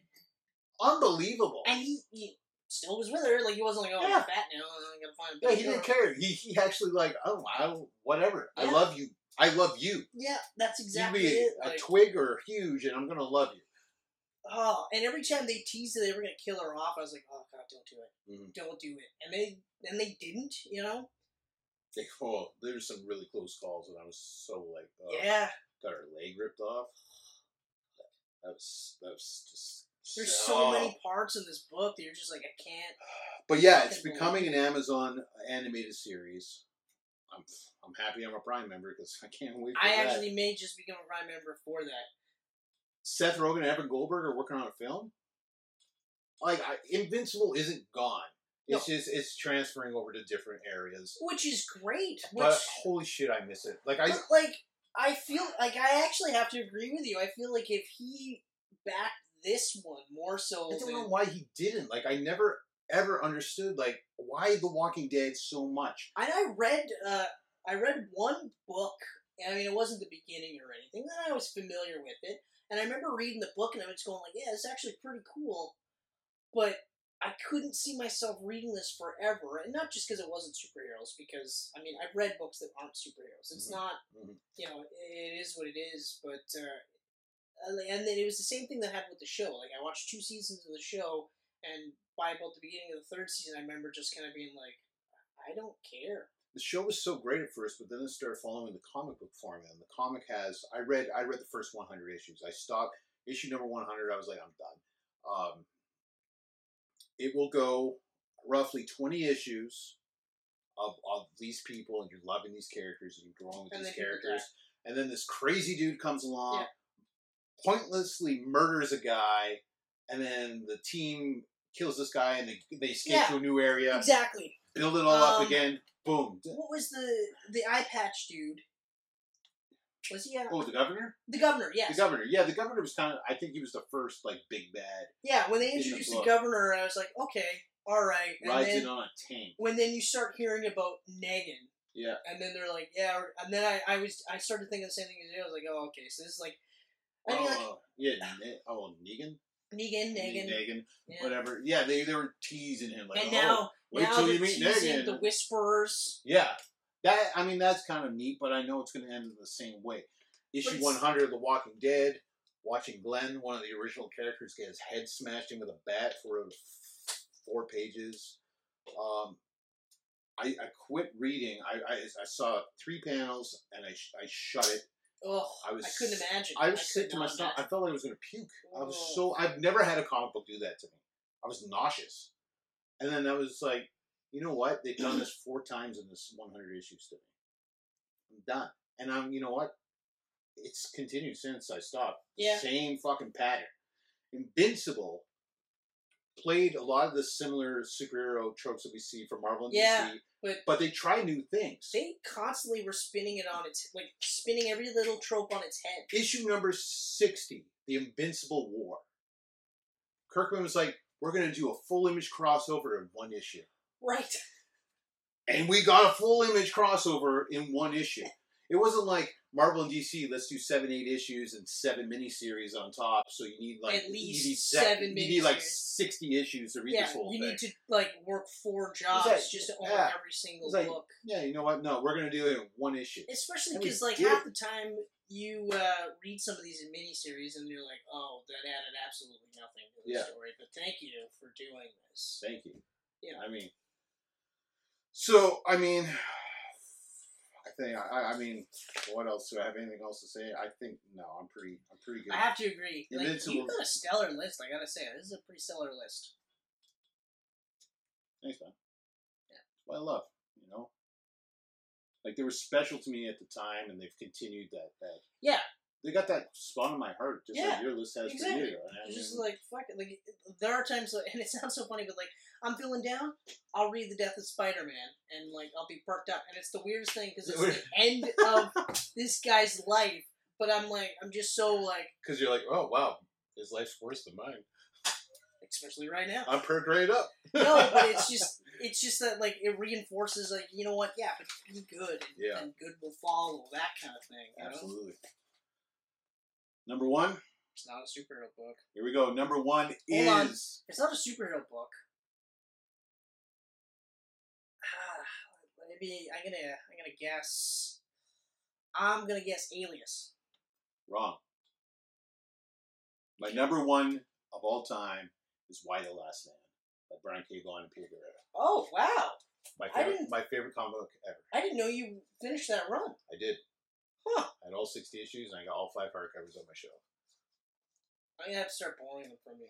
Unbelievable.
And he, he still was with her. Like he wasn't like, oh,
Yeah.
I'm fat now. I gotta find. a
Yeah,
big
he
girl."
didn't care. He, he actually, like, oh, I, don't- whatever. I
Yeah.
love you. I love you.
Yeah, that's exactly
you be
it.
a
Like,
twig or huge, and I'm going to love you.
oh, and every time they teased that they were gonna kill her off, I was like, oh god, don't do it,
Mhm.
don't do it. And they and they didn't, you know.
They, oh, there's some really close calls, and I was so like, oh,
yeah,
got her leg ripped off. That was that was just.
there's so many parts in this book that you're just like, I can't.
But yeah, it's becoming an Amazon animated series. I'm I'm happy I'm a Prime member because I can't wait. For
I
that.
actually may just become a prime member for that.
Seth Rogen and Evan Goldberg are working on a film. Like I, Invincible isn't gone. It's just it's transferring over to different areas.
Which is great. Which,
But holy shit, I miss it. Like I
but like, I feel like I actually have to agree with you. I feel like if he backed this one more so,
I don't
than-
know why he didn't. Like I never ever understood like why The Walking Dead so much.
And I read, uh, I read one book. and I mean, it wasn't the beginning or anything. Then I was familiar with it, and I remember reading the book, and I was going like, "Yeah, it's actually pretty cool," but I couldn't see myself reading this forever, and not just because it wasn't superheroes. Because I mean, I've read books that aren't superheroes. It's
Mhm.
not,
Mhm.
you know, it is what it is. But uh, and and then it was the same thing that happened with the show. Like I watched two seasons of the show, and by about the beginning of the third season, I remember just kind of being like. I don't care.
the show was so great at first, but then it started following the comic book formula. And the comic has I read I read the first 100 issues. I stopped issue number 100. I was like, I'm done. Um, it will go roughly 20 issues of of these people, and you're loving these characters, and you're growing with
And
these
then people
characters. And then this crazy dude comes along,
Yeah.
pointlessly murders a guy, and then the team kills this guy, and they they escape
Yeah.
to a new area,
Exactly.
build it all
Um,
up again. Boom.
What was the the eye patch dude? Was he uh,
Oh, the governor?
the governor?
The
Yes.
governor. Yeah, the governor was kind of. I think he was the first like big bad
yeah. When they
in the
introduced the,
book.
governor, I was like, okay, all right. And
rising
then
on a tank.
when then you start hearing about Negan,
Yeah,
and then they're like, yeah, or- and then I, I was I started thinking the same thing as you. I was like, oh, okay, so this is like, I mean, like
oh, yeah. Ne- oh, Negan,
Negan, Negan,
Negan,
yeah.
whatever. Yeah, they they were teasing him like,
and
oh,
now
wait
now
till
they're
you meet
teasing
Negan.
the Whisperers.
yeah, that I mean that's kind of neat, but I know it's going to end in the same way. Issue
it's-
one hundred of The Walking Dead. Watching Glenn, one of the original characters, get his head smashed in with a bat for four pages. Um, I, I quit reading. I, I, I saw three panels and I, sh- I shut it.
Oh,
I was-
I couldn't imagine.
I
could
was sick to my
not
stomach. I
imagine.
felt like I was going to puke. I was
Oh.
so I've never had a comic book do that to me. I was nauseous, and then I was like, you know what? They've done this four times in this 100 issues to me. I'm done, and I'm you know what? It's continued since I stopped.
Yeah.
Same fucking pattern. Invincible played a lot of the similar superhero tropes that we see from Marvel and
Yeah,
DC,
but-
they try new things.
They constantly were spinning it on its like spinning every little trope on its head.
Issue number 60, The Invincible War. Kirkman was like, we're going to do a full image crossover in one issue.
Right.
And we got a full image crossover in one issue. It wasn't like Marvel and DC, let's do seven, eight issues and seven miniseries on top. So you need like
At least
you need
seven
You need like
miniseries.
60 issues to read
yeah.
this whole
You
thing.
need to like work four jobs
like-
just to own
yeah.
every single
It's like-
book.
yeah, you know what? No, we're going to do it in one issue.
Especially
And we
because like
did.
half the time you uh, read some of these in miniseries and you're like, oh, that added absolutely nothing to the
Yeah.
story. But thank you for doing this.
Thank you.
Yeah.
I mean, so I mean, I think I, I mean, what else do I have? Anything else to say? I think no. I'm pretty. I'm pretty good.
I have to agree. Like,
Invincible.
you got a stellar list. I gotta say, this is a pretty stellar list.
Thanks, man.
Yeah.
That's what I love. You know, like they were special to me at the time, and they've continued that. That
Yeah.
They got that spot in my heart, just
Yeah,
like your list has for
exactly.
you. And I
It's just
mean,
like fuck it. Like there are times, that- and it sounds so funny, but like I'm feeling down, I'll read the Death of Spider-Man, and like I'll be perked up, and it's the weirdest thing because it's the end of this guy's life. But I'm like, I'm just so like,
because you're like, oh wow, his life's worse than mine.
especially right now.
I'm per grade up.
No, but it's just, it's just that like it reinforces like you know what? Yeah, but be good, and,
Yeah.
and good will follow that kind of thing. You know?
absolutely. Number one.
It's not a superhero book.
Here we go. Number one is.
on. It's not a superhero book. Ah, maybe I'm gonna I'm gonna guess. I'm gonna guess Alias.
Wrong. My number one of all time is Why the Last Man by Brian K. Vaughan and Peter Guerrero.
Oh wow!
My
I
favorite,
didn't-
my favorite comic book ever.
I didn't know you finished that run.
I did.
Huh.
I had all 60 issues and I got all five hardcovers on my shelf.
I'm gonna have to start borrowing them from you.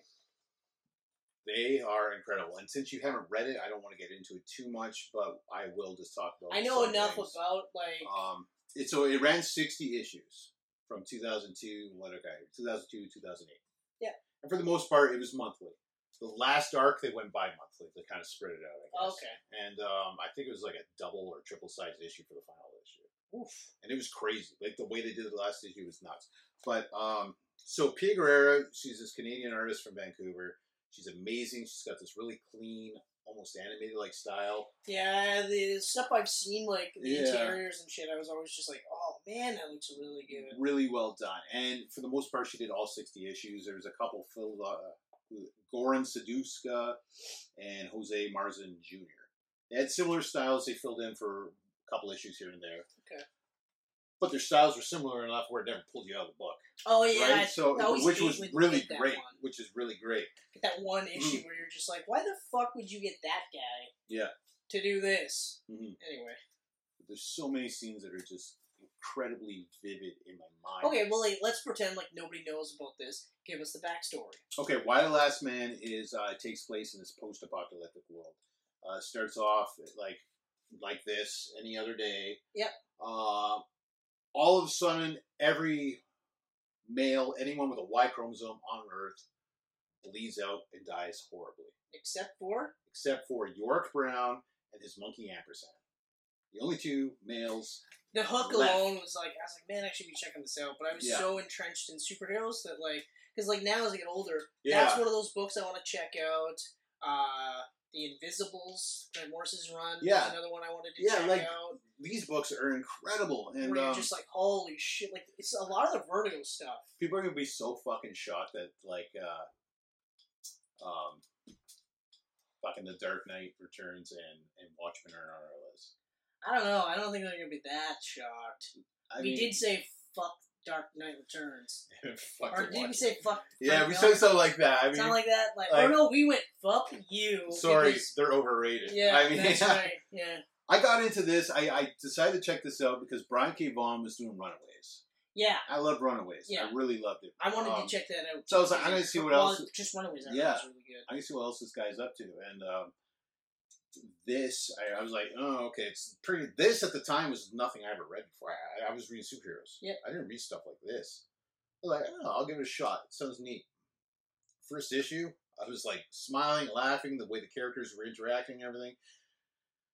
They are incredible. And since you haven't read it, I don't want to get into it too much, but I will just talk about
I know
some
enough
things.
about like
Um, it, so it ran 60 issues from 2002, what okay, 2002 to 2008.
Yeah.
And for the most part, it was monthly. The last arc, they went bi monthly. They kind of spread it out, I guess.
okay.
And um, I think it was like a double or triple sized issue for the final issue.
Oof.
And it was crazy. Like the way they did the last issue was nuts. But um, so Pia Guerrero, she's this Canadian artist from Vancouver. She's amazing. She's got this really clean, almost animated like style.
Yeah, the stuff I've seen, like the
Yeah.
interiors and shit, I was always just like, oh man, that looks really good.
really well done. And for the most part, she did all 60 issues. There was a couple, Phil, uh, Goran Saduska and Jose Marzin Jr. They had similar styles. They filled in for a couple issues here and there.
Okay.
But their styles were similar enough where it never pulled you out of the book.
Oh yeah,
right?
I
So,
always
which
hate
was
when they
really
did that
great.
one.
Which is really great.
that one
Mm.
issue where you're just like, why the fuck would you get that guy?
Yeah.
To do this
Mhm.
anyway.
There's so many scenes that are just incredibly vivid in my mind.
Okay, well, like, let's pretend like nobody knows about this. Give us the backstory.
Okay, Why the Last Man is uh, takes place in this post-apocalyptic world. Uh, starts off like like this any other day.
Yep.
Uh, all of a sudden, every male, anyone with a Y chromosome on Earth, bleeds out and dies horribly,
Except for
except for York Brown and his monkey ampersand. The only two males.
the hook
Left.
alone was like, I was like, man, I should be checking this out. But I was
Yeah.
so entrenched in superheroes that like, because like now as I get older,
Yeah.
that's one of those books I want to check out. Uh, the Invisibles, Grant Morrison's run. was
Yeah.
another one I wanted to
Yeah,
check
like,
out.
These books are incredible, and
where you're
um,
just like, holy shit! Like it's a lot of the Vertigo stuff.
people are gonna be so fucking shocked that like uh um fucking the Dark Knight Returns and and Watchmen are on our list.
I don't know. I don't think they're gonna be that shocked.
I
we
mean,
did say fuck Dark Knight Returns.
fucking
Or did we
Watchmen.
say fuck?
yeah,
Frank
we
Miller?
said something like that. I mean,
Sound like that? Like,
like-
oh no, we went fuck you.
sorry,
because-
they're overrated.
yeah,
I mean,
that's right. Yeah,
I got into this. I, I decided to check this out because Brian K. Vaughan was doing Runaways.
yeah.
I love Runaways.
Yeah.
I really loved it.
I wanted
Um,
to check that out.
so I was like, I'm gonna see what
Well,
else-
Just Runaways. I
Yeah.
yeah, was really good.
I can see what else this guy's up to. And um, this, I, I was like, oh, okay, it's pretty. This at the time was nothing I ever read before. I, I was reading superheroes.
Yep.
I didn't read stuff like this. I was like, oh, I'll give it a shot. It sounds neat. First issue, I was like smiling, laughing, the way the characters were interacting and everything.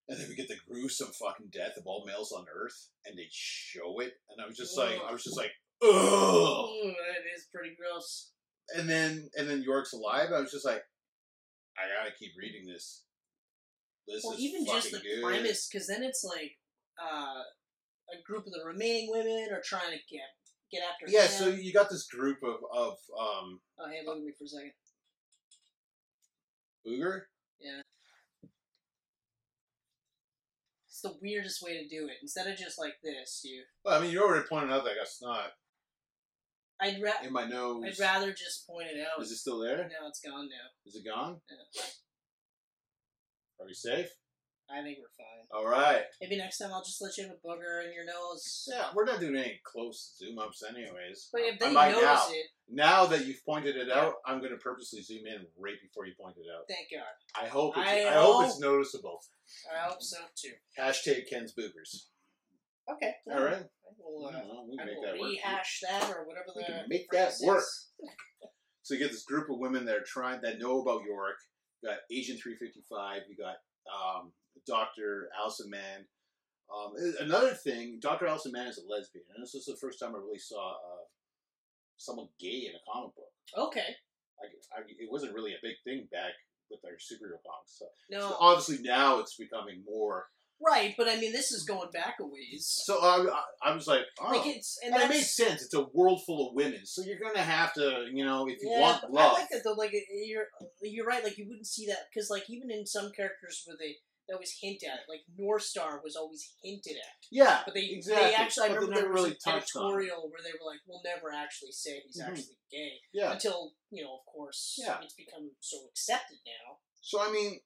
And then we get the gruesome fucking death of all males on Earth, and they show it, and I was just like, I was just like, ugh.
Ooh, that is pretty gross.
And then, and then York's alive. I was just like, I gotta keep reading this. This
Well,
is
even
fucking
just the
good.
premise, because then it's like uh, a group of the remaining women are trying to get get after
Yeah,
him.
so you got this group of of um,
oh, hey, look at me for a second.
Booger.
It's the weirdest way to do it. Instead of just like this, you.
Well, I mean, you already pointed out that I got snot
I'd ra-
in my nose.
I'd rather just point it out.
Is it still there?
Now it's gone. Now
Is it gone?
Yeah.
Are we safe?
I think we're fine.
All right.
Maybe next time I'll just let you have a booger in your nose.
Yeah, we're not doing any close zoom ups, anyways.
But if
I
they
might
notice
now.
it,
Now that you've pointed it out, I'm going to purposely zoom in right before you point it out.
thank God.
I hope it's, I,
I
hope
hope-
it's noticeable.
I hope so too.
Hashtag Ken's boogers.
Okay.
All right.
We'll, uh,
I don't know, we
I
can make
will
that work.
rehash that or whatever
We
the
can make that
phrase
work.
is.
So you get this group of women that are trying that know about York. You got Agent 355. You got um, Doctor Alison Mann. Um, i- another thing, Doctor Alison Mann is a lesbian, and this is the first time I really saw uh, someone gay in a comic book.
Okay.
Like, I, it wasn't really a big thing back with our superhero comics. So, so uh,
No.
obviously now it's becoming more.
Right, but I mean, this is going back a ways.
So I, I, I was like, oh.
Like it's and,
and it
that's,
makes sense. It's a world full of women, so you're gonna have to, you know, if you
yeah,
want
but
love.
I like that though. Like it- you're you're right. Like you wouldn't see that because like even in some characters where they they always hint at it. Like North Star was always hinted at,
yeah,
but they
Exactly.
they actually I
But
remember
they
there was
really
an
touched on it.
editorial where they were like, "We'll never actually say he's
Mhm.
actually gay."
yeah.
until you know, of course,
Yeah.
it's become so accepted now.
So I mean,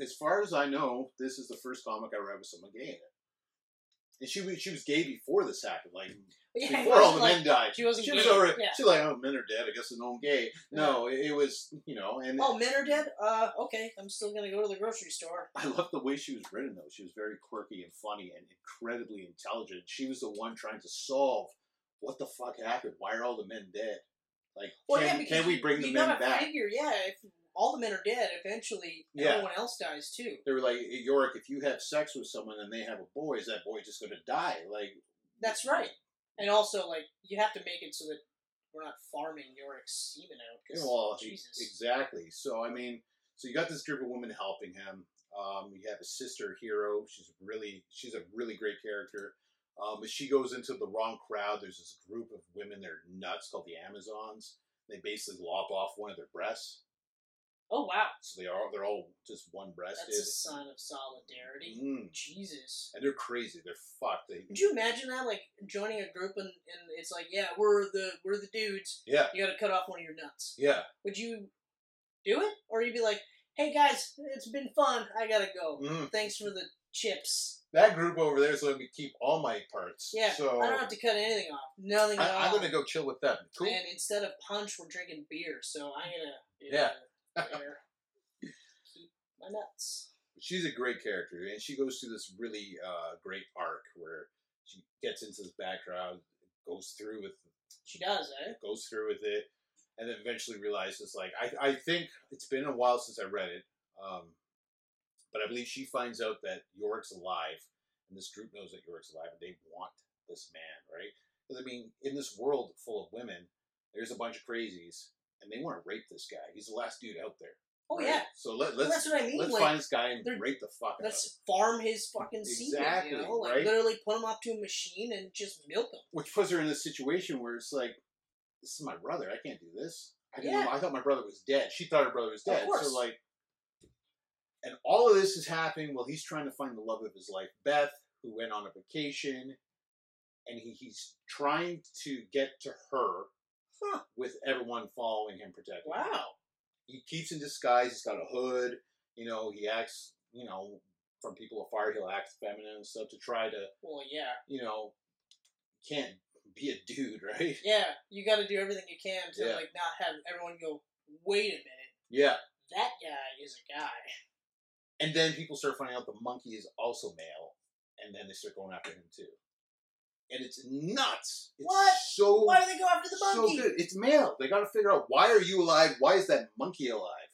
as far as I know, this is the first comic I read with someone gay in it. And she was she was gay before this happened, like
But yeah, it
before all
wasn't
the
like,
men died.
she wasn't
She was
gay,
already
yeah.
she was like, oh, men are dead. I guess it's no gay. No, it, it was you know, and
Oh, men are dead. Uh, okay, I'm still gonna go to the grocery store.
I love the way she was written though. She was very quirky and funny and incredibly intelligent. She was the one trying to solve what the fuck happened. Why are all the men dead? Like,
Well, yeah,
can,
because
can we
you-
bring the
you
men
gotta
back?
Figure, yeah, if all the men are dead, eventually
Yeah.
everyone else dies too.
They were like, Yorick, if you have sex with someone and they have a boy, is that boy just going to die? Like,
That's right. And also, like, you have to make it so that we're not farming Yorick's semen out. 'cause,
Well, e-
Jesus.
exactly. So I mean, so you got this group of women helping him. Um, you have a sister hero. She's really she's a really great character. Um, but she goes into the wrong crowd. There's this group of women that are nuts called the Amazons. They basically lop off one of their breasts,
oh wow,
so they are they're all just one breasted.
that's a sign of solidarity.
Mm.
Jesus.
And they're crazy. They're fucked. They,
Could you imagine that? Like joining a group and, and it's like, yeah, we're the we're the dudes.
yeah,
You got to cut off one of your nuts.
yeah.
Would you do it, or you'd be like, hey guys, it's been fun. I gotta go.
Mm.
Thanks for the chips.
That group over there is letting me keep all my parts.
Yeah,
So
I don't have to cut anything off. Nothing at all.
Oh. I, am gonna go chill with them. Cool.
And instead of punch, we're drinking beer. So I'm gonna
Yeah.
uh, air. keep my nuts.
she's a great character, and she goes through this really uh, great arc where she gets into this background, goes through with
She does, eh?
goes through with it, and then eventually realizes like I, I think it's been a while since I read it, um, but I believe she finds out that Yorick's alive, and this group knows that Yorick's alive, and they want this man, right? Because I mean, in this world full of women, there's a bunch of crazies, and they want to rape this guy. He's the last dude out there.
Oh
right?
yeah.
So let,
Well,
let's
that's what I mean.
let's
like,
find this guy and
they're-
rape the fuck out of him.
let's farm his fucking semen.
Exactly,
You know, like
right?
literally put him up to a machine and just milk him.
Which puts her in this situation where it's like, this is my brother. I can't do this. I didn't.
Yeah.
Know, I thought my brother was dead. She thought her brother was dead.
course.
So like, and all of this is happening while he's trying to find the love of his life, Beth, who went on a vacation, and he, he's trying to get to her
Huh.
with everyone following him, protecting. him.
Wow.
He keeps in disguise. He's got a hood. You know, he acts. You know, from people afar, he'll act feminine and stuff to try to
Well, yeah.
you know, can't be a dude, right?
Yeah, you got to do everything you can to
Yeah.
like not have everyone go. Wait a minute,
Yeah.
that guy is a guy.
And then people start finding out the monkey is also male, and then they start going after him too. and it's nuts. It's
What?
So
Why do they go after the
so
monkey?
good. It's male. They got to figure out why are you alive? Why is that monkey alive?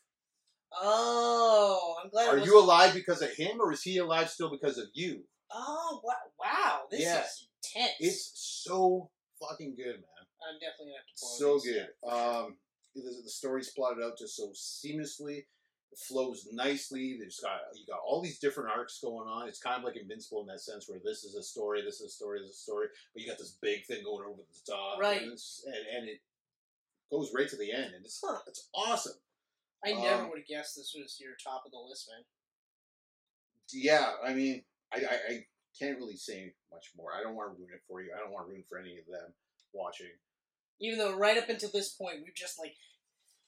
oh, I'm glad. it
Are
wasn't-
you alive because of him, or is he alive still because of you?
Oh wow! wow this
Yeah.
is intense.
It's so fucking good, man.
I'm definitely gonna have to. borrow
So
these.
good. Um, the, the story's plotted out just so seamlessly. It flows nicely. There's got you got all these different arcs going on. It's kind of like Invincible in that sense, where this is a story, this is a story, this is a story, but you got this big thing going over the top,
Right.
And, it's, and, and it goes right to the end, and it's
Huh.
it's awesome.
I never
Um,
would have guessed this was your top of the list, man.
yeah, I mean, I, I, I can't really say much more. I don't want to ruin it for you. I don't want to ruin for any of them watching.
Even though right up until this point we've just like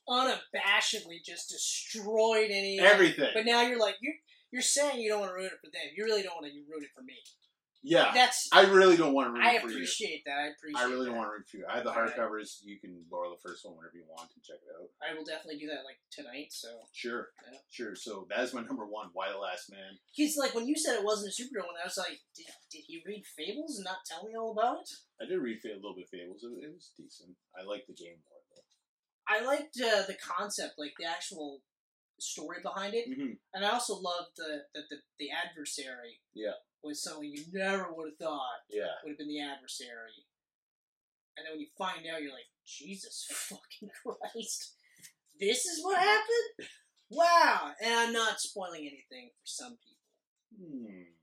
unabashedly just destroyed any uh,
Everything.
But now you're like you're you're saying you don't want to ruin it for them. You really don't want to ruin it for me.
yeah,
That's
I really don't want to ruin
I
for you.
appreciate that. I appreciate.
I really don't
that.
want to root for you. I have the
Alright.
hardcovers. You can borrow the first one whenever you want and check it out.
I will definitely do that like tonight. So
Sure,
Yeah.
sure. So that is my number one. Why the Last Man?
because like when you said it wasn't a superhero one, I was like, did, did he read Fables and not tell me all about it?
I did read a little bit of Fables. It, it was decent. I like the game more though.
I liked uh, the concept, like the actual story behind it,
Mm-hmm.
and I also loved the that the, the adversary.
Yeah.
Was someone you never would have thought
Yeah,
would have been the adversary, and then when you find out, you're like, Jesus fucking Christ, this is what happened. Wow, and I'm not spoiling anything for some people.
hmm.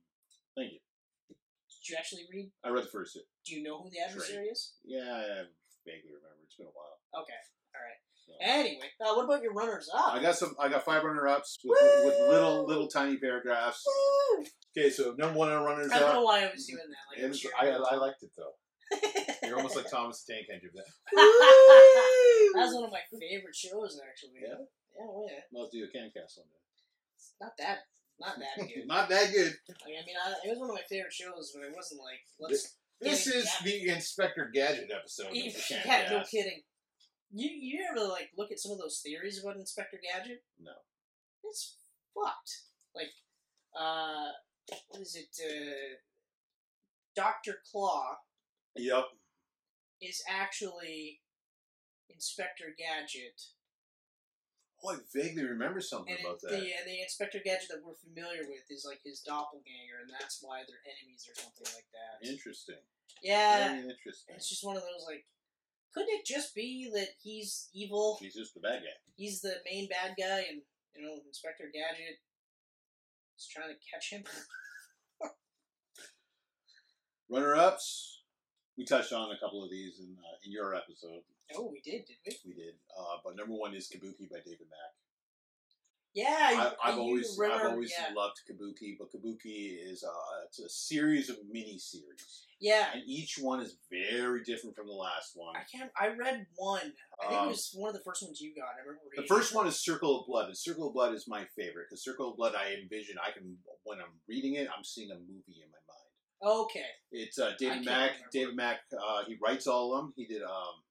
thank you.
Did you actually read?
I read the first two.
Do you know who the adversary is?
Yeah, I vaguely remember. It's been a while.
Okay, all right.
So.
Anyway, uh, what about your runners up?
I got some. I got five runner ups with,
Woo!
with little little tiny paragraphs.
Woo!
Okay, so number one on runners
I don't know
up.
why I was doing that. Like,
It
I'm
was-
cheering.
I, I liked it though. You're almost like Thomas the Tank Engine.
that was one of my favorite shows, actually.
Yeah?
Yeah, well, yeah.
Let's do a can cast one day.
It's not that, not that good.
Not that good.
Like, I mean, I, it was one of my favorite shows, but it wasn't like let's.
This, this
Yeah,
is the Inspector Gadget episode. Of the
yeah,
Camp
no
Gas.
kidding. You you ever like look at some of those theories about Inspector Gadget?
No.
It's fucked. Like, uh, what is it? Uh, Doctor Claw
Yep.
is actually Inspector Gadget.
Oh, I vaguely remember something
And
about
the
that.
and the Inspector Gadget that we're familiar with is like his doppelganger, and that's why they're enemies or something like that.
Interesting.
uh, Yeah,
Very interesting.
it's just one of those like, couldn't it just be that he's evil?
He's just the bad guy.
He's the main bad guy, and you know Inspector Gadget is trying to catch him.
Runner ups. We touched on a couple of these in uh, in your episode.
oh, we did, did
We
we?
did. Uh, but number one is Kabuki by David Mack.
Yeah,
I,
you-
I've
you
always
remember-
I've always
yeah,
loved Kabuki, but Kabuki is uh, it's a series of mini series,
yeah.
and each one is very different from the last one.
I can't. I read one. I think
Um,
it was one of the first ones you got. I remember
The
reading.
first one is Circle of Blood, and Circle of Blood is my favorite because Circle of Blood, I envision I can when I'm reading it, I'm seeing a movie in my mind.
Okay.
It's uh, David
can't
Mack.
remember.
David Mack. Uh, he writes all of them. He did um,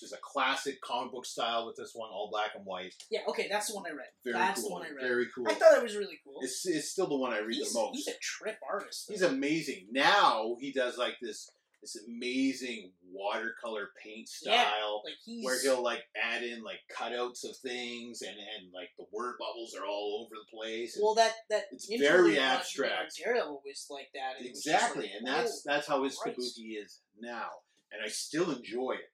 just a classic comic book style with this one, all black and white.
Yeah. Okay. That's the one I read.
Very
that's
cool.
the one I read.
Very cool.
I thought it was really cool.
it's, it's still the one I read
he's,
the most.
he's a trip artist. though.
He's amazing. Now he does like this this amazing watercolor paint
Yeah.
style
like he's
where he'll like add in like cutouts of things and and like the word bubbles are all over the place.
well that that
It's
intro
very
he had on
abstract.
Daredevil was like that. and it was just
Exactly,
like,
and that's
oh,
that's how his
Christ.
kabuki is now, and I still enjoy it.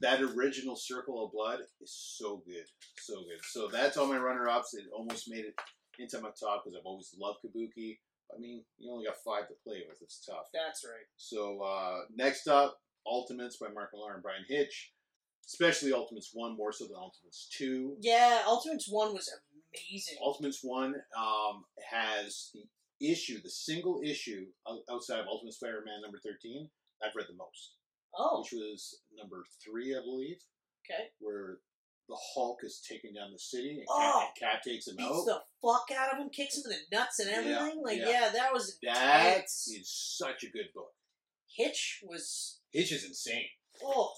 That original Circle of Blood is so good, so good. So that's all my runner-ups. It almost made it into my top because I've always loved kabuki. I mean, you only got five to play with. It's tough.
that's right.
So uh, next up, Ultimates by Mark Millar and Brian Hitch, especially Ultimates One more so than Ultimates Two.
Yeah, Ultimates one was amazing.
Ultimates One um, has the issue, the single issue o- outside of Ultimate Spider-Man number thirteen. I've read the most,
oh,
which was number three, I believe,
okay.
where the Hulk is taking down the city and Cat,
Oh!
and Cat takes him
Beats
out.
the fuck out of him, kicks him in the nuts and
Yeah,
everything. like
yeah.
yeah. that was
That
intense.
is such a good book.
Hitch was
Hitch is insane.
oh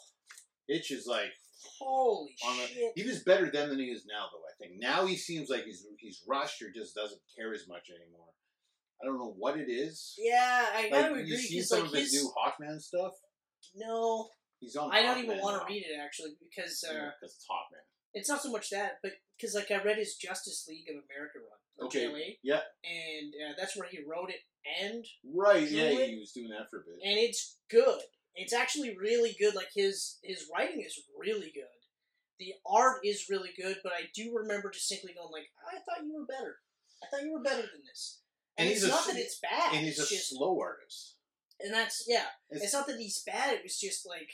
Hitch is like
holy
on the,
shit.
he was better then than he is now, though. I think now he seems like he's he's rushed or just doesn't care as much anymore. I don't know what it is.
Yeah, I
Like,
gotta agree
you see
because
some
like
of his
his
new Hawkman stuff.
no,
He's on.
I don't even want to read it actually because uh,
because it's Hawkman.
it's not so much that, but because like I read his Justice League of America run,
Okay.
JLA,
Yeah.
and uh, that's where he wrote it, and
Right.
Drew
Yeah,
it.
he was doing that for a bit.
and it's good. It's actually really good. Like his his writing is really good. The art is really good, but I do remember distinctly going like, I thought you were better. I thought you were better than this. And,
And
it's
he's a
not
s-
that it's bad.
And he's a
it's just,
slow artist.
and that's yeah.
It's-
it's not that he's bad. It was just like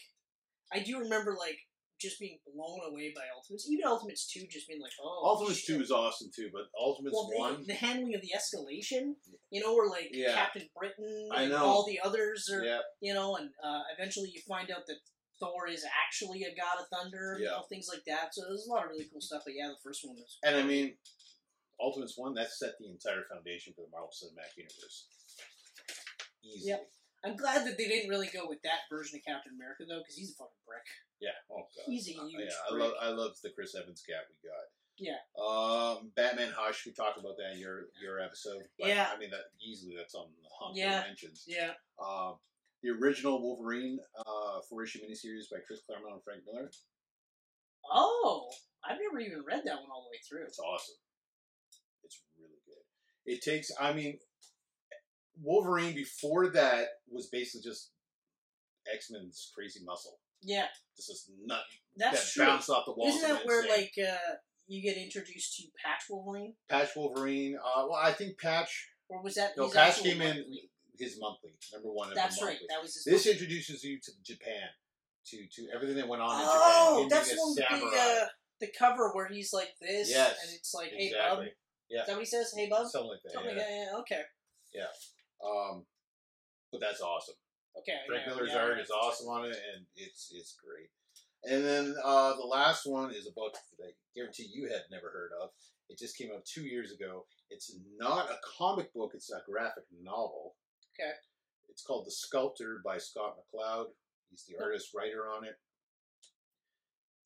I do remember like just being blown away by Ultimates. Even Ultimates two, just being like, oh,
Ultimates
shit.
two is awesome too, but Ultimates
well, they-
one,
the handling of the escalation, you know, where like
Yeah.
Captain Britain
I
and
know.
all the others are,
yeah,
you know, and uh, eventually you find out that Thor is actually a god of thunder, you
Yeah.
know, things like that. So there's a lot of really cool stuff. But yeah, the first one was
and I mean, Ultimates one that set the entire foundation for the Marvel Cinematic Universe. Easy.
Yep. I'm glad that they didn't really go with that version of Captain America though, because he's a fucking brick.
Yeah. Oh god.
He's a
Uh,
huge
yeah, I
prick.
love I love the Chris Evans cat we got.
Yeah.
Um, Batman Hush. We talked about that in your your episode. but,
Yeah.
I mean that easily. That's on the humble
Yeah.
mentions.
Yeah,
Um, the original Wolverine uh, four issue miniseries by Chris Claremont and Frank Miller.
Oh, I've never even read that one all the way through.
It's awesome. It's really good. It takes, I mean, Wolverine before that was basically just X Men's crazy muscle.
Yeah,
Just this nut that
that's true.
bounced off the wall.
Isn't that where like uh, you get introduced to Patch Wolverine,
Patch Wolverine? Uh, well, I think Patch,
or was that
No,
his
Patch
actual
came in-
monthly?
his monthly number one. of the
That's right.
monthly.
That was his.
This
monthly.
introduces you to Japan, to to everything that went on in Japan.
oh,
him
that's
being
the
a
one with the
samurai.
uh, the cover where he's like this,
Yes,
and it's like, "Hey, bub."
exactly.
Is that what he says? "Hey, bub."
Something like that.
Something
yeah.
like that, yeah, okay,
Um, but that's awesome.
okay.
Frank
yeah,
Miller's
yeah,
art
yeah.
is awesome on it, and it's it's great. And then uh, the last one is a book that I guarantee you had never heard of. It just came out two years ago. It's not a comic book; it's a graphic novel.
Okay.
It's called The Sculptor by Scott McLeod. He's the artist writer on it.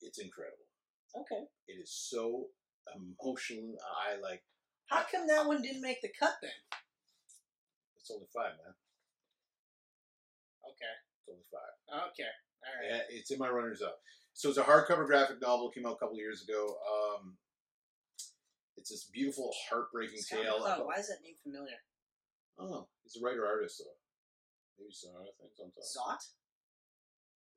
It's incredible.
Okay,
It is so emotional. I like.
how come that one didn't make the cut then?
It's only five, man.
Okay,
It's only five.
okay, all right.
Yeah, it's in my runners up. So it's a hardcover graphic novel. Came out a couple of years ago. Um, it's this beautiful, heartbreaking
Scott
tale.
McCloud,
about-
why is that name familiar?
oh, he's a writer artist though. Maybe some other things. I'm sorry.
Zot?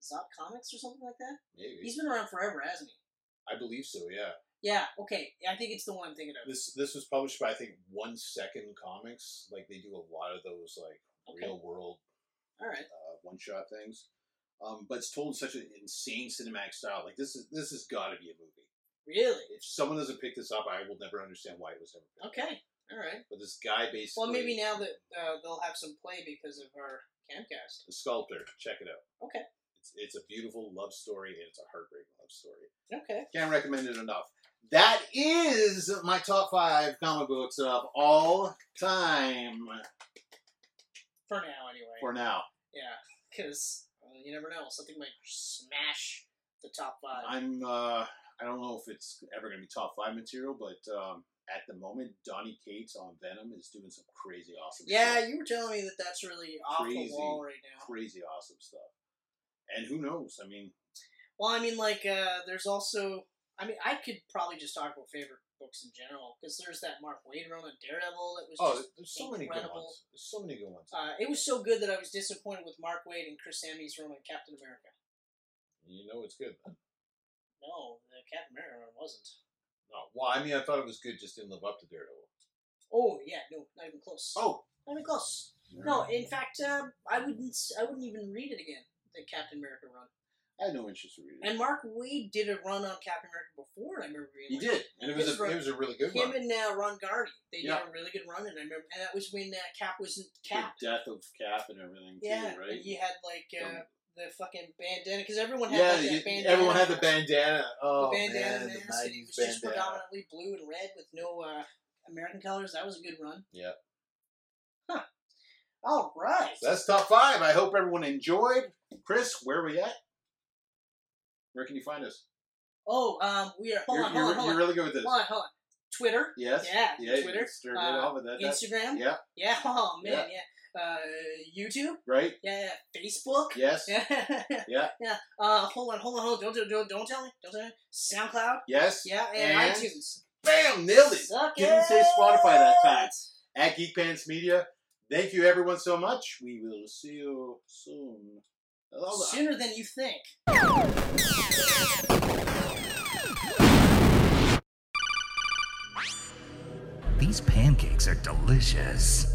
Zot Comics or something like that?
Maybe
He's been around forever, hasn't he?
I believe so. Yeah.
Yeah, okay. I think it's the one I'm thinking of.
This this was published by I think One Second Comics. Like they do a lot of those like
Okay.
real world
Alright.
uh, one shot things. Um, but it's told in such an insane cinematic style. Like this is this has got to be a movie.
Really?
If someone doesn't pick this up, I will never understand why it was never. picked up.
Okay. Alright.
But this guy basically.
Well, maybe now that uh, they'll have some play because of our camcast.
The Sculptor. Check it out.
Okay.
It's, it's a beautiful love story and it's a heartbreaking love story.
Okay.
Can't recommend it enough. That is my top five comic books of all time
For now, anyway.
for now.
yeah. Because uh, you never know. Something might smash the top five.
I'm uh, I don't know if it's ever gonna be top five material, but um, at the moment, Donnie Cates on Venom is doing some crazy awesome.
Yeah,
shit.
you were telling me that that's really off
Crazy.
the wall right now.
crazy awesome stuff. And who knows? I mean,
Well, I mean, like, uh, there's also. I mean, I could probably just talk about favorite books in general because there's that Mark Wade run on Daredevil that was
oh,
just.
there's so many good
incredible.
ones. There's so many good ones.
Uh, it was so good that I was disappointed with Mark Wade and Chris Samney's run on Captain America.
You know, it's good.
No, the Captain America run wasn't.
No, well, I mean, I thought it was good, just didn't live up to Daredevil.
Oh yeah, no, not even close.
Oh,
not even close. No, in fact, uh, I wouldn't. s- I wouldn't even read it again. The Captain America run.
I had no interest in reading. it.
And Mark Wade did a run on Captain America before, and I remember
he
being
did,
like,
and it was
His
a,
run-
it was a really good
Him
one.
and uh, Ron Garney, they
Yeah.
did a really good run, and I remember, and that was when uh, Cap wasn't
The
Cap.
death of Cap and everything,
Yeah,
too, right?
and you had like uh,
Um,
the fucking bandana because everyone had
yeah,
like, that
you-
bandana.
everyone had the bandana. Oh
the bandana
man, the
mask, and
90s
it was just
bandana.
predominantly blue and red with no uh, American colors. That was a good run.
Yeah.
Huh. All right.
So that's top five. I hope everyone enjoyed. Chris, where are we at? Where can you find us?
oh, um, we are. Hold
you're,
on,
you're,
um, hold on, hold
you're
on.
really good with this.
Hold on, hold on. Twitter.
Yes.
Yeah,
Yeah. you
Twitter,
Started
uh,
off with that. That's-
Instagram.
yeah.
Yeah. Oh man. Yeah. Uh, YouTube.
Right.
Yeah. yeah. Facebook.
Yes.
Yeah.
Yeah.
yeah. Uh, hold on. Hold on. Hold on. Don't do. Don't, don't tell me. Don't tell me. SoundCloud.
Yes.
Yeah. And,
And-
iTunes.
Bam! Nailed it.
Suck
Didn't say
it!
Spotify that time. At Geek Pants Media. Thank you, everyone, so much. We will see you soon. Hello.
Sooner than you think.
These pancakes are delicious.